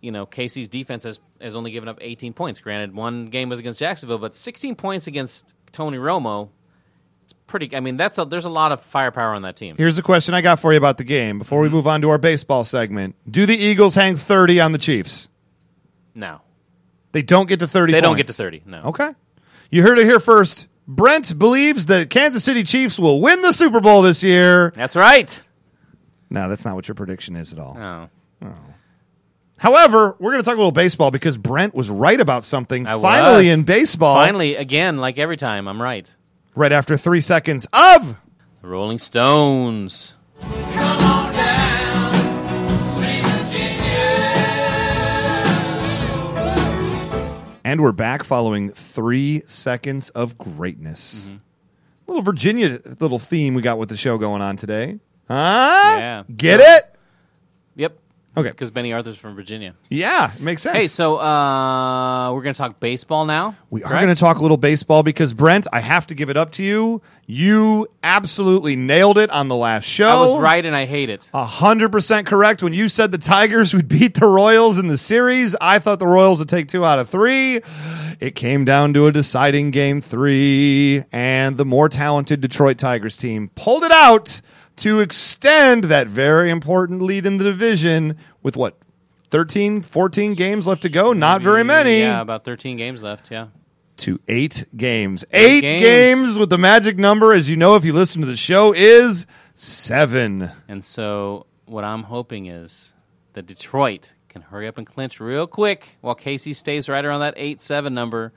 Speaker 3: You know, Casey's defense has, has only given up 18 points. Granted, one game was against Jacksonville, but 16 points against Tony Romo. It's pretty. I mean, that's a, there's a lot of firepower on that team.
Speaker 2: Here's a question I got for you about the game before we
Speaker 3: Mm-hmm.
Speaker 2: move on to our baseball segment. Do the Eagles hang 30 on the Chiefs?
Speaker 3: No,
Speaker 2: They don't get to 30
Speaker 3: they don't get
Speaker 2: points.
Speaker 3: to 30. No.
Speaker 2: Okay. You heard it here first. Brent believes the Kansas City Chiefs will win the Super Bowl this year.
Speaker 3: that's right.
Speaker 2: No, that's not what your prediction is at all.
Speaker 3: Oh,
Speaker 2: However, we're going to talk a little baseball because Brent was right about something
Speaker 3: I
Speaker 2: finally
Speaker 3: was.
Speaker 2: in baseball.
Speaker 3: finally, again, like every time, I'm right.
Speaker 2: Right after three seconds of.
Speaker 3: The Rolling Stones.
Speaker 2: And we're back following three seconds of greatness.
Speaker 3: Mm-hmm.
Speaker 2: Little Virginia little theme we got with the show going on today. Huh?
Speaker 3: Yeah.
Speaker 2: Get it?
Speaker 3: Yep.
Speaker 2: Okay.
Speaker 3: Because Benny Arthur's from Virginia.
Speaker 2: Yeah, it makes sense.
Speaker 3: Hey, so uh, we're going to talk baseball now.
Speaker 2: We are
Speaker 3: correct?
Speaker 2: going to talk a little baseball because Brent, I have to give it up to you. You absolutely nailed it on the last show.
Speaker 3: I was right, and I hate it.
Speaker 2: A hundred percent correct. When you said the Tigers would beat the Royals in the series, I thought the Royals would take two out of three. It came down to a deciding game three, and the more talented Detroit Tigers team pulled it out to extend that very important lead in the division with what 13, 14 games left to go. Not very many
Speaker 3: Yeah, about 13 games left. Yeah.
Speaker 2: to eight games. Eight, games.
Speaker 3: games.
Speaker 2: with the magic number, as you know, if you listen to the show, is seven.
Speaker 3: And so what I'm hoping is that Detroit can hurry up and clinch real quick while Casey stays right around that 8 7 number.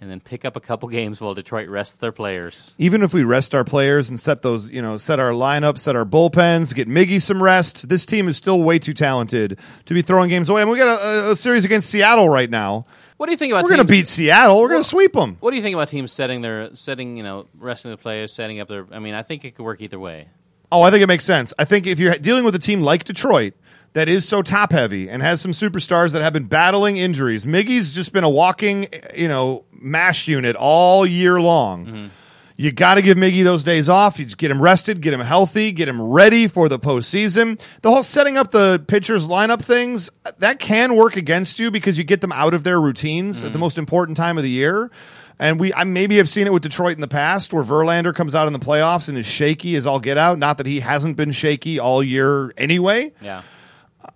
Speaker 3: and then pick up a couple games while Detroit rests their players.
Speaker 2: Even if we rest our players and set those, you know, set our lineup, set our bullpens, get Miggy some rest, this team is still way too talented to be throwing games away. And we got a, a- a series against Seattle right now.
Speaker 3: What do you think about
Speaker 2: We're going to
Speaker 3: teams-
Speaker 2: beat Seattle. We're going to sweep them.
Speaker 3: What do you think about teams setting their setting, you know, resting the players, setting up their I mean, I think it could work either way.
Speaker 2: Oh, I think it makes sense. I think if you're dealing with a team like Detroit that is so top heavy and has some superstars that have been battling injuries, Miggy's just been a walking, you know, mash unit all year long. You got to give Miggy those days off. You just get him rested, get him healthy, get him ready for the postseason. The whole setting up the pitchers lineup things that can work against you because you get them out of their routines at the most important time of the year. And we I maybe have seen it with Detroit in the past where Verlander comes out in the playoffs and is shaky as all get out. Not that he hasn't been shaky all year anyway.
Speaker 3: Yeah.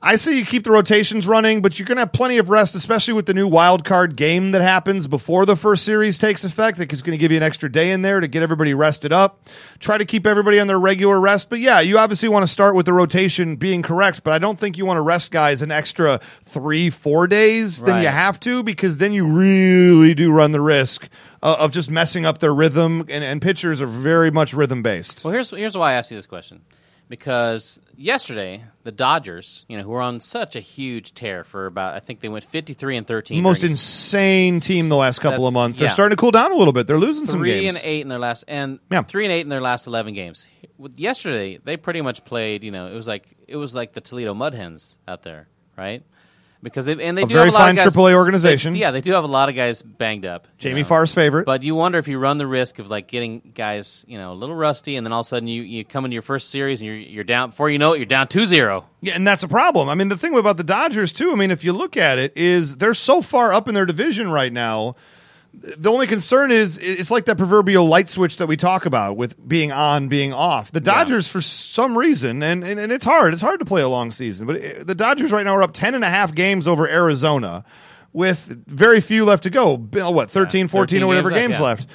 Speaker 2: I say you keep the rotations running, but you're going to have plenty of rest, especially with the new wild card game that happens before the first series takes effect. That is going to give you an extra day in there to get everybody rested up. Try to keep everybody on their regular rest. But yeah, you obviously want to start with the rotation being correct, but I don't think you want to rest guys an extra three, four days than you
Speaker 3: Right.
Speaker 2: have to because then you really do run the risk uh, of just messing up their rhythm. And, and pitchers are very much rhythm based.
Speaker 3: Well, here's here's why I asked you this question, because yesterday the Dodgers, you know, who were on such a huge tear for about, I think they went fifty three and thirteen,
Speaker 2: Most
Speaker 3: during
Speaker 2: insane team the last couple of
Speaker 3: That's-
Speaker 2: months. They're
Speaker 3: yeah.
Speaker 2: starting to cool down a little bit. They're losing some
Speaker 3: three
Speaker 2: games.
Speaker 3: and eight in their last and
Speaker 2: Yeah.
Speaker 3: three and eight in their last eleven games. With- Yesterday they pretty much played. You know, it was like it was like the Toledo Mud Hens out there, right? Because they and they
Speaker 2: A
Speaker 3: do
Speaker 2: very
Speaker 3: have a lot
Speaker 2: fine
Speaker 3: of guys,
Speaker 2: AAA organization.
Speaker 3: They, yeah, they do have a lot of guys banged up. you
Speaker 2: Jamie
Speaker 3: know.
Speaker 2: Farr's favorite.
Speaker 3: But you wonder if you run the risk of like getting guys, you know, a little rusty, and then all of a sudden you, you come into your first series and you're you're down. Before you know it, you're down 2-0.
Speaker 2: yeah, and that's a problem. I mean, the thing about the Dodgers too. I mean, if you look at it, is they're so far up in their division right now. The only concern is i- it's like that proverbial light switch that we talk about with being on, being off. The Dodgers, for some reason, and, and, and it's hard. It's hard to play a long season, but i the Dodgers right now are up 10 and a half games over Arizona with very few left to go. B- What, 13, 14
Speaker 3: 13
Speaker 2: or whatever
Speaker 3: games
Speaker 2: games
Speaker 3: left, yeah.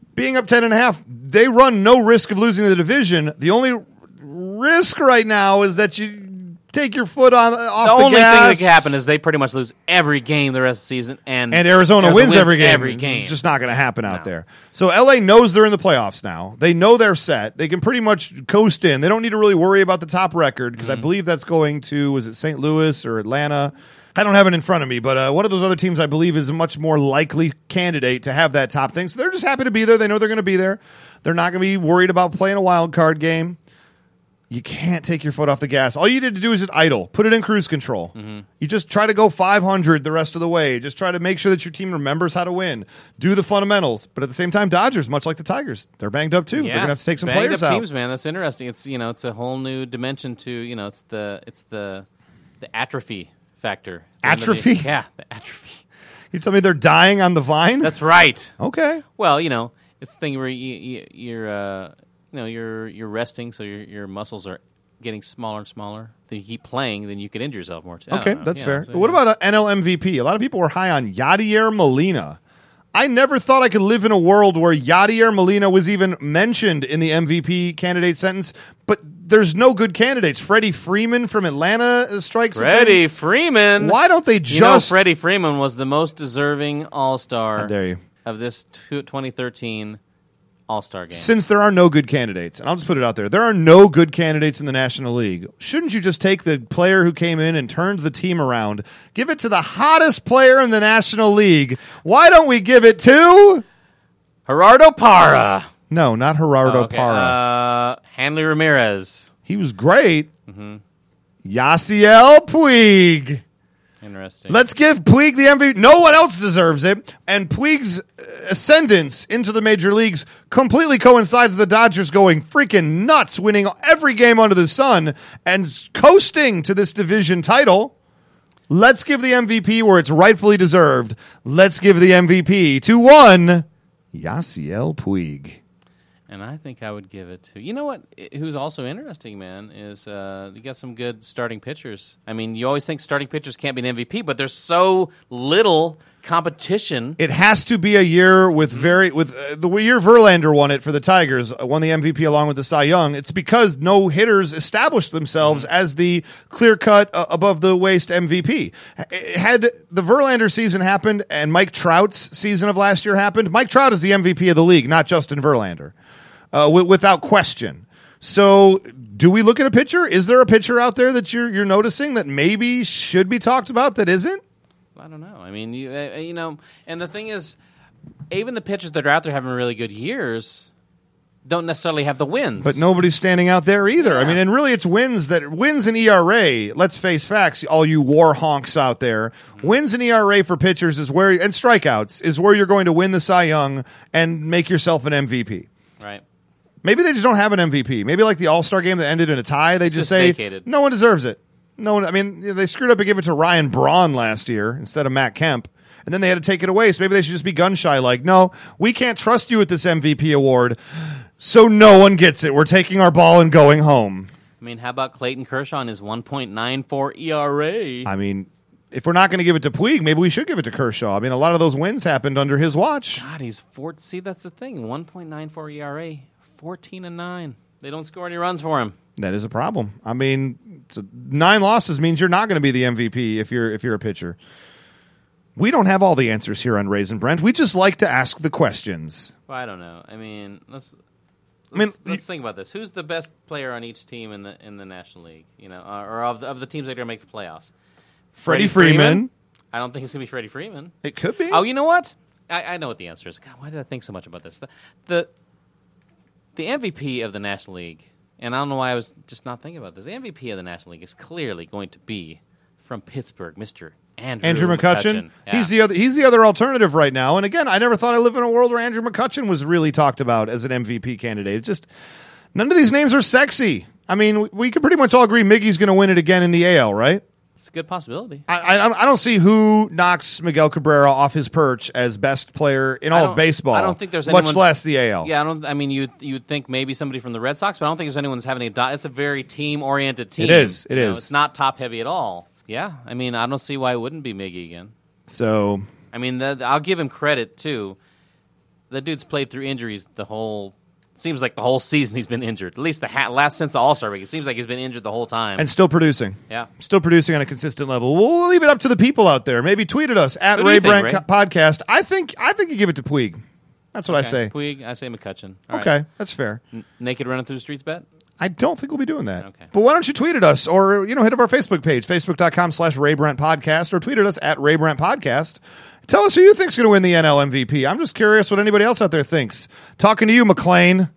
Speaker 2: left. being up 10 and a half they run no risk of losing the division the only risk right now is that you take your foot on off
Speaker 3: the
Speaker 2: the,
Speaker 3: only
Speaker 2: gas,
Speaker 3: thing that could happen is they pretty much lose every game the rest of the season, and
Speaker 2: and Arizona, wins, every game.
Speaker 3: Every game,
Speaker 2: It's just not going to happen out
Speaker 3: No.
Speaker 2: there. So LA knows they're in the playoffs now. They know they're set. They can pretty much coast in. They don't need to really worry about the top record because
Speaker 3: Mm-hmm.
Speaker 2: I believe that's going to was it St. Louis or Atlanta? I don't have it in front of me, but uh, one of those other teams I believe is a much more likely candidate to have that top thing. So they're just happy to be there. They know they're going to be there. They're not going to be worried about playing a wild card game you can't take your foot off the gas. All you need to do is just idle, put it in cruise control. You just try to go 500 the rest of the way. Just try to make sure that your team remembers how to win. Do the fundamentals, but at the same time, Dodgers, much like the Tigers, they're banged up too.
Speaker 3: Yeah.
Speaker 2: They're gonna have to take some
Speaker 3: Banged
Speaker 2: players
Speaker 3: up
Speaker 2: out.
Speaker 3: Teams, man, that's interesting. It's you know, it's a whole new dimension to you know, it's the it's the the atrophy factor.
Speaker 2: Atrophy?
Speaker 3: <laughs> yeah, the atrophy.
Speaker 2: You tell me they're dying on the vine?
Speaker 3: That's right.
Speaker 2: okay.
Speaker 3: Well, you know, it's the thing where you, you you're uh, you know you're you're resting, so your your muscles are getting smaller and smaller. If you keep playing, then you could injure yourself more. too. I don't
Speaker 2: Okay,
Speaker 3: know.
Speaker 2: that's
Speaker 3: Yeah,
Speaker 2: fair.
Speaker 3: so,
Speaker 2: But what
Speaker 3: yeah.
Speaker 2: about uh, NL MVP? A lot of people were high on Yadier Molina. I never thought I could live in a world where Yadier Molina was even mentioned in the MVP candidate sentence, but there's no good candidates. Freddie Freeman from Atlanta uh, strikes. a
Speaker 3: Freddie Freeman?
Speaker 2: thing. Why don't they
Speaker 3: You know,
Speaker 2: just.
Speaker 3: Freddie Freeman was the most deserving All Star.
Speaker 2: How dare you.
Speaker 3: Of this two- 2013 All Star game.
Speaker 2: since there are no good candidates, and I'll just put it out there, there are no good candidates in the National League. Shouldn't you just take the player who came in and turned the team around, give it to the hottest player in the National League? Why don't we give it to.
Speaker 3: Gerardo Parra.
Speaker 2: No, not Gerardo
Speaker 3: Oh, Okay,
Speaker 2: Parra.
Speaker 3: Uh, Hanley Ramirez.
Speaker 2: He was great.
Speaker 3: mm-hmm.
Speaker 2: Yasiel Puig.
Speaker 3: Interesting.
Speaker 2: Let's give Puig the MVP. No one else deserves it. And Puig's uh, ascendance into the major leagues completely coincides with the Dodgers going freaking nuts, winning every game under the sun and s- coasting to this division title. Let's give the MVP where it's rightfully deserved. Let's give the MVP to one Yasiel Puig.
Speaker 3: and I think I would give it to you know what? i- Who's also interesting, man, is uh, you got some good starting pitchers. I mean, you always think starting pitchers can't be an MVP, but there's so little competition.
Speaker 2: It has to be a year with very with uh, the year Verlander won it for the Tigers, uh, won the MVP along with the Cy Young. It's because no hitters established themselves as the clear cut uh, above the waist MVP. H- had the Verlander season happened and Mike Trout's season of last year happened, Mike Trout is the MVP of the league, not Justin Verlander, uh, wi- without question. So, do we look at a pitcher? Is there a pitcher out there that you're you're noticing that maybe should be talked about that isn't?
Speaker 3: I don't know. I mean, you uh, you know, and the thing is, even the pitchers that are out there having really good years don't necessarily have the wins.
Speaker 2: But nobody's standing out there either. I mean, and really, it's wins that wins an ERA. Let's face facts, all you war honks out there. Wins an ERA for pitchers is where and strikeouts is where you're going to win the Cy Young and make yourself an MVP.
Speaker 3: right?
Speaker 2: Maybe they just don't have an MVP. Maybe like the All Star game that ended in a tie, they just,
Speaker 3: just
Speaker 2: say
Speaker 3: vacated.
Speaker 2: no one deserves it. No one. I mean, they screwed up and gave it to Ryan Braun last year instead of Matt Kemp, and then they had to take it away. So maybe they should just be gun shy. Like, no, we can't trust you with this MVP award, so no one gets it. We're taking our ball and going home.
Speaker 3: I mean, how about Clayton Kershaw and his 1.94 ERA?
Speaker 2: I mean, if we're not going to give it to Puig, maybe we should give it to Kershaw. I mean, a lot of those wins happened under his watch.
Speaker 3: God, he's four. See, that's the thing. 1.94 ERA, 14 and nine. They don't score any runs for him.
Speaker 2: That is a problem. I mean, it's a- nine losses means you're not going to be the MVP if you're if you're a pitcher. We don't have all the answers here on Raisin Brent. We just like to ask the questions.
Speaker 3: Well, I don't know. I mean, let's.
Speaker 2: I mean,
Speaker 3: Let's, let's think about this. Who's the best player on each team in the in the National League? You know, uh, or of the, of the teams that are going to make the playoffs?
Speaker 2: Freddie Freeman.
Speaker 3: I don't think it's going to be Freddie Freeman.
Speaker 2: It could be.
Speaker 3: Oh, you know what? I, I know what the answer is. God, why did I think so much about this? The, the the MVP of the National League, and I don't know why I was just not thinking about this. The MVP of the National League is clearly going to be from Pittsburgh, Mister Andrew
Speaker 2: Andrew McCutcheon.
Speaker 3: Yeah.
Speaker 2: He's the other. He's the other alternative right now. And again, I never thought I would live in a world where Andrew McCutcheon was really talked about as an MVP candidate. It's just none of these names are sexy. I mean, we, we can pretty much all agree Miggy's going to win it again in the AL, right?
Speaker 3: it's a good possibility.
Speaker 2: I, I I don't see who knocks Miguel Cabrera off his perch as best player in
Speaker 3: I
Speaker 2: all of
Speaker 3: don't-
Speaker 2: baseball.
Speaker 3: I don't think there's
Speaker 2: much
Speaker 3: anyone-
Speaker 2: less the AL.
Speaker 3: Yeah, I don't. I mean, you you'd think maybe somebody from the Red Sox, but I don't think there's anyone's having a. di- It's a very team oriented team.
Speaker 2: is, it
Speaker 3: It is.
Speaker 2: is.
Speaker 3: It's not top heavy at all. Yeah, I mean, I don't see why it wouldn't be Miggy again.
Speaker 2: So
Speaker 3: I mean, the, the- I'll give him credit too. The dude's played through injuries the whole. Seems like the whole season he's been injured. At least the ha- last since the All Star break, it seems like he's been injured the whole time.
Speaker 2: and still producing.
Speaker 3: Yeah.
Speaker 2: Still producing on a consistent level. We'll leave it up to the people out there. Maybe tweet at us at
Speaker 3: Who do
Speaker 2: Ray
Speaker 3: you think,
Speaker 2: Brent
Speaker 3: Ray?
Speaker 2: Co- Podcast. I think I think you give it to Puig. That's what I say.
Speaker 3: Puig, I say McCutcheon. All right.
Speaker 2: okay, that's fair.
Speaker 3: N- naked running through the streets bet.
Speaker 2: I don't think we'll be doing that.
Speaker 3: Okay.
Speaker 2: But why don't you tweet at us or, you know, hit up our Facebook page, facebook.com slash Ray Brent Podcast, or tweet at us at Ray Brent Podcast. Tell us who you think's going to win the NL MVP. I'm just curious what anybody else out there thinks. Talking to you, McLean,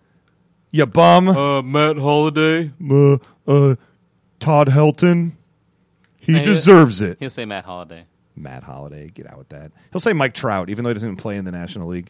Speaker 2: you bum.
Speaker 3: Uh, Matt Holiday.
Speaker 2: Uh, uh, Todd Helton, he
Speaker 3: Hey, uh,
Speaker 2: deserves it.
Speaker 3: He'll say Matt Holiday.
Speaker 2: Matt Holiday, get out with that. He'll say Mike Trout, even though he doesn't even play in the National League.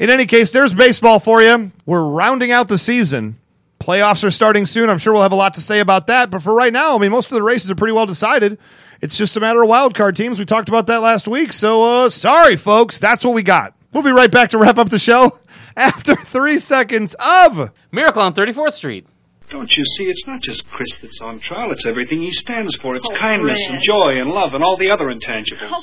Speaker 2: In any case, there's baseball for you. We're rounding out the season. Playoffs are starting soon. I'm sure we'll have a lot to say about that. But for right now, I mean, most of the races are pretty well decided. It's just a matter of wild card teams. We talked about that last week. So uh, sorry, folks. That's what we got. We'll be right back to wrap up the show <laughs> after three seconds of.
Speaker 3: Miracle on 34th Street.
Speaker 6: Don't you see? It's not just Chris that's on trial. It's everything he stands for. It's kindness and joy and love and all the other intangibles.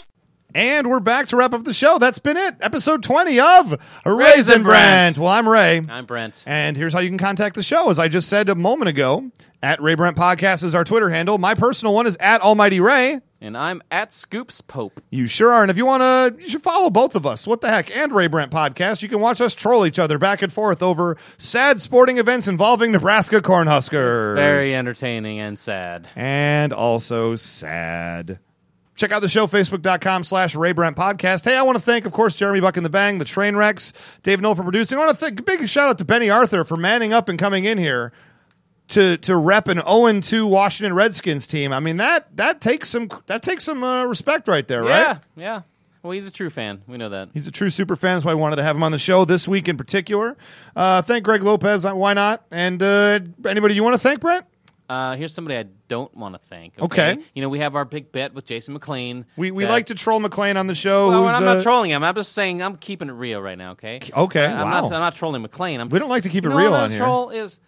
Speaker 2: And we're back to wrap up the show. That's been it. Episode 20 of Raisin
Speaker 3: Raisin Brand.
Speaker 2: Brand. Well, I'm Ray.
Speaker 3: I'm Brent.
Speaker 2: And here's how you can contact the show. As I just said a moment ago, at Ray Brent Podcast is our Twitter handle. My personal one is at Almighty Ray.
Speaker 3: And I'm at Scoops Pope.
Speaker 2: You sure are. And if you want to, you should follow both of us. What the heck? And Ray Brent Podcast. You can watch us troll each other back and forth over sad sporting events involving Nebraska Cornhuskers.
Speaker 3: Very entertaining and sad.
Speaker 2: and also sad. Check out the show, facebook.com slash Ray Brent Podcast. Hey, I want to thank, of course, Jeremy Buck and the Bang, the train wrecks, Dave Noel for producing. I want to thank big shout out to Benny Arthur for manning up and coming in here to to rep an 0 2 Washington Redskins team. I mean, that that takes some that takes some uh, respect right there,
Speaker 3: Yeah,
Speaker 2: right?
Speaker 3: yeah. Well, he's a true fan. We know that.
Speaker 2: He's a true super fan, so I wanted to have him on the show this week in particular. Uh, thank Greg Lopez. uh, Why not? And uh, anybody you want to thank, Brent?
Speaker 3: Uh, here's somebody I don't want to thank.
Speaker 2: Okay.
Speaker 3: You know, we have our big bet with Jason McLean.
Speaker 2: We we
Speaker 3: that-
Speaker 2: like to troll McLean on the show.
Speaker 3: Well,
Speaker 2: who's,
Speaker 3: I'm not
Speaker 2: uh,
Speaker 3: trolling him. I'm just saying I'm keeping it real right now. Okay.
Speaker 2: Okay,
Speaker 3: I- I'm, not,
Speaker 2: wow.
Speaker 3: I'm not trolling McLean. I'm,
Speaker 2: We don't like to keep
Speaker 3: you
Speaker 2: it
Speaker 3: know
Speaker 2: real
Speaker 3: another
Speaker 2: on here.
Speaker 3: Troll is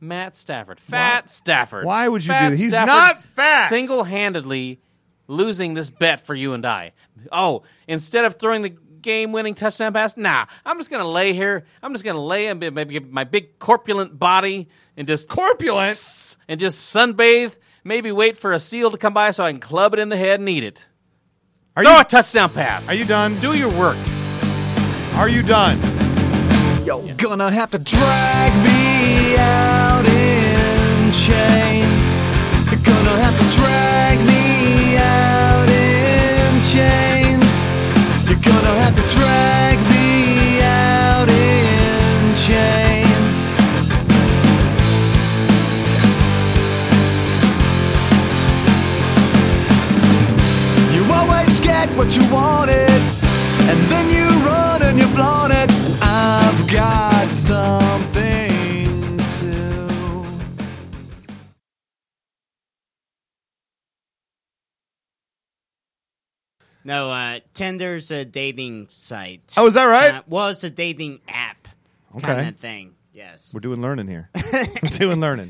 Speaker 3: Matt Stafford. Fat Stafford.
Speaker 2: Why would you
Speaker 3: Fat
Speaker 2: do that? He's not fat!
Speaker 3: Single-handedly losing this bet for you and I. Oh, instead of throwing the game-winning touchdown pass, nah. I'm just gonna lay here. I'm just gonna lay and be- maybe get my big corpulent body and just
Speaker 2: corpulent.
Speaker 3: s- and just sunbathe. Maybe wait for a seal to come by so I can club it in the head and eat it.
Speaker 2: Are
Speaker 3: Throw
Speaker 2: you
Speaker 3: a touchdown pass.
Speaker 2: are you done?
Speaker 3: Do your work.
Speaker 2: Are you done?
Speaker 7: You're gonna have to drag me out in chains. You're gonna have to drag me out in chains. You're gonna have to drag me out in chains. You always get what you wanted, and then you run and you flaunt it. And I've got something to.
Speaker 5: No, uh, Tinder's a dating site.
Speaker 2: Oh, is that right?
Speaker 5: Uh, well, it's a dating app
Speaker 2: Okay.
Speaker 5: kind of thing. Yes.
Speaker 2: We're doing learning here. We're doing learning.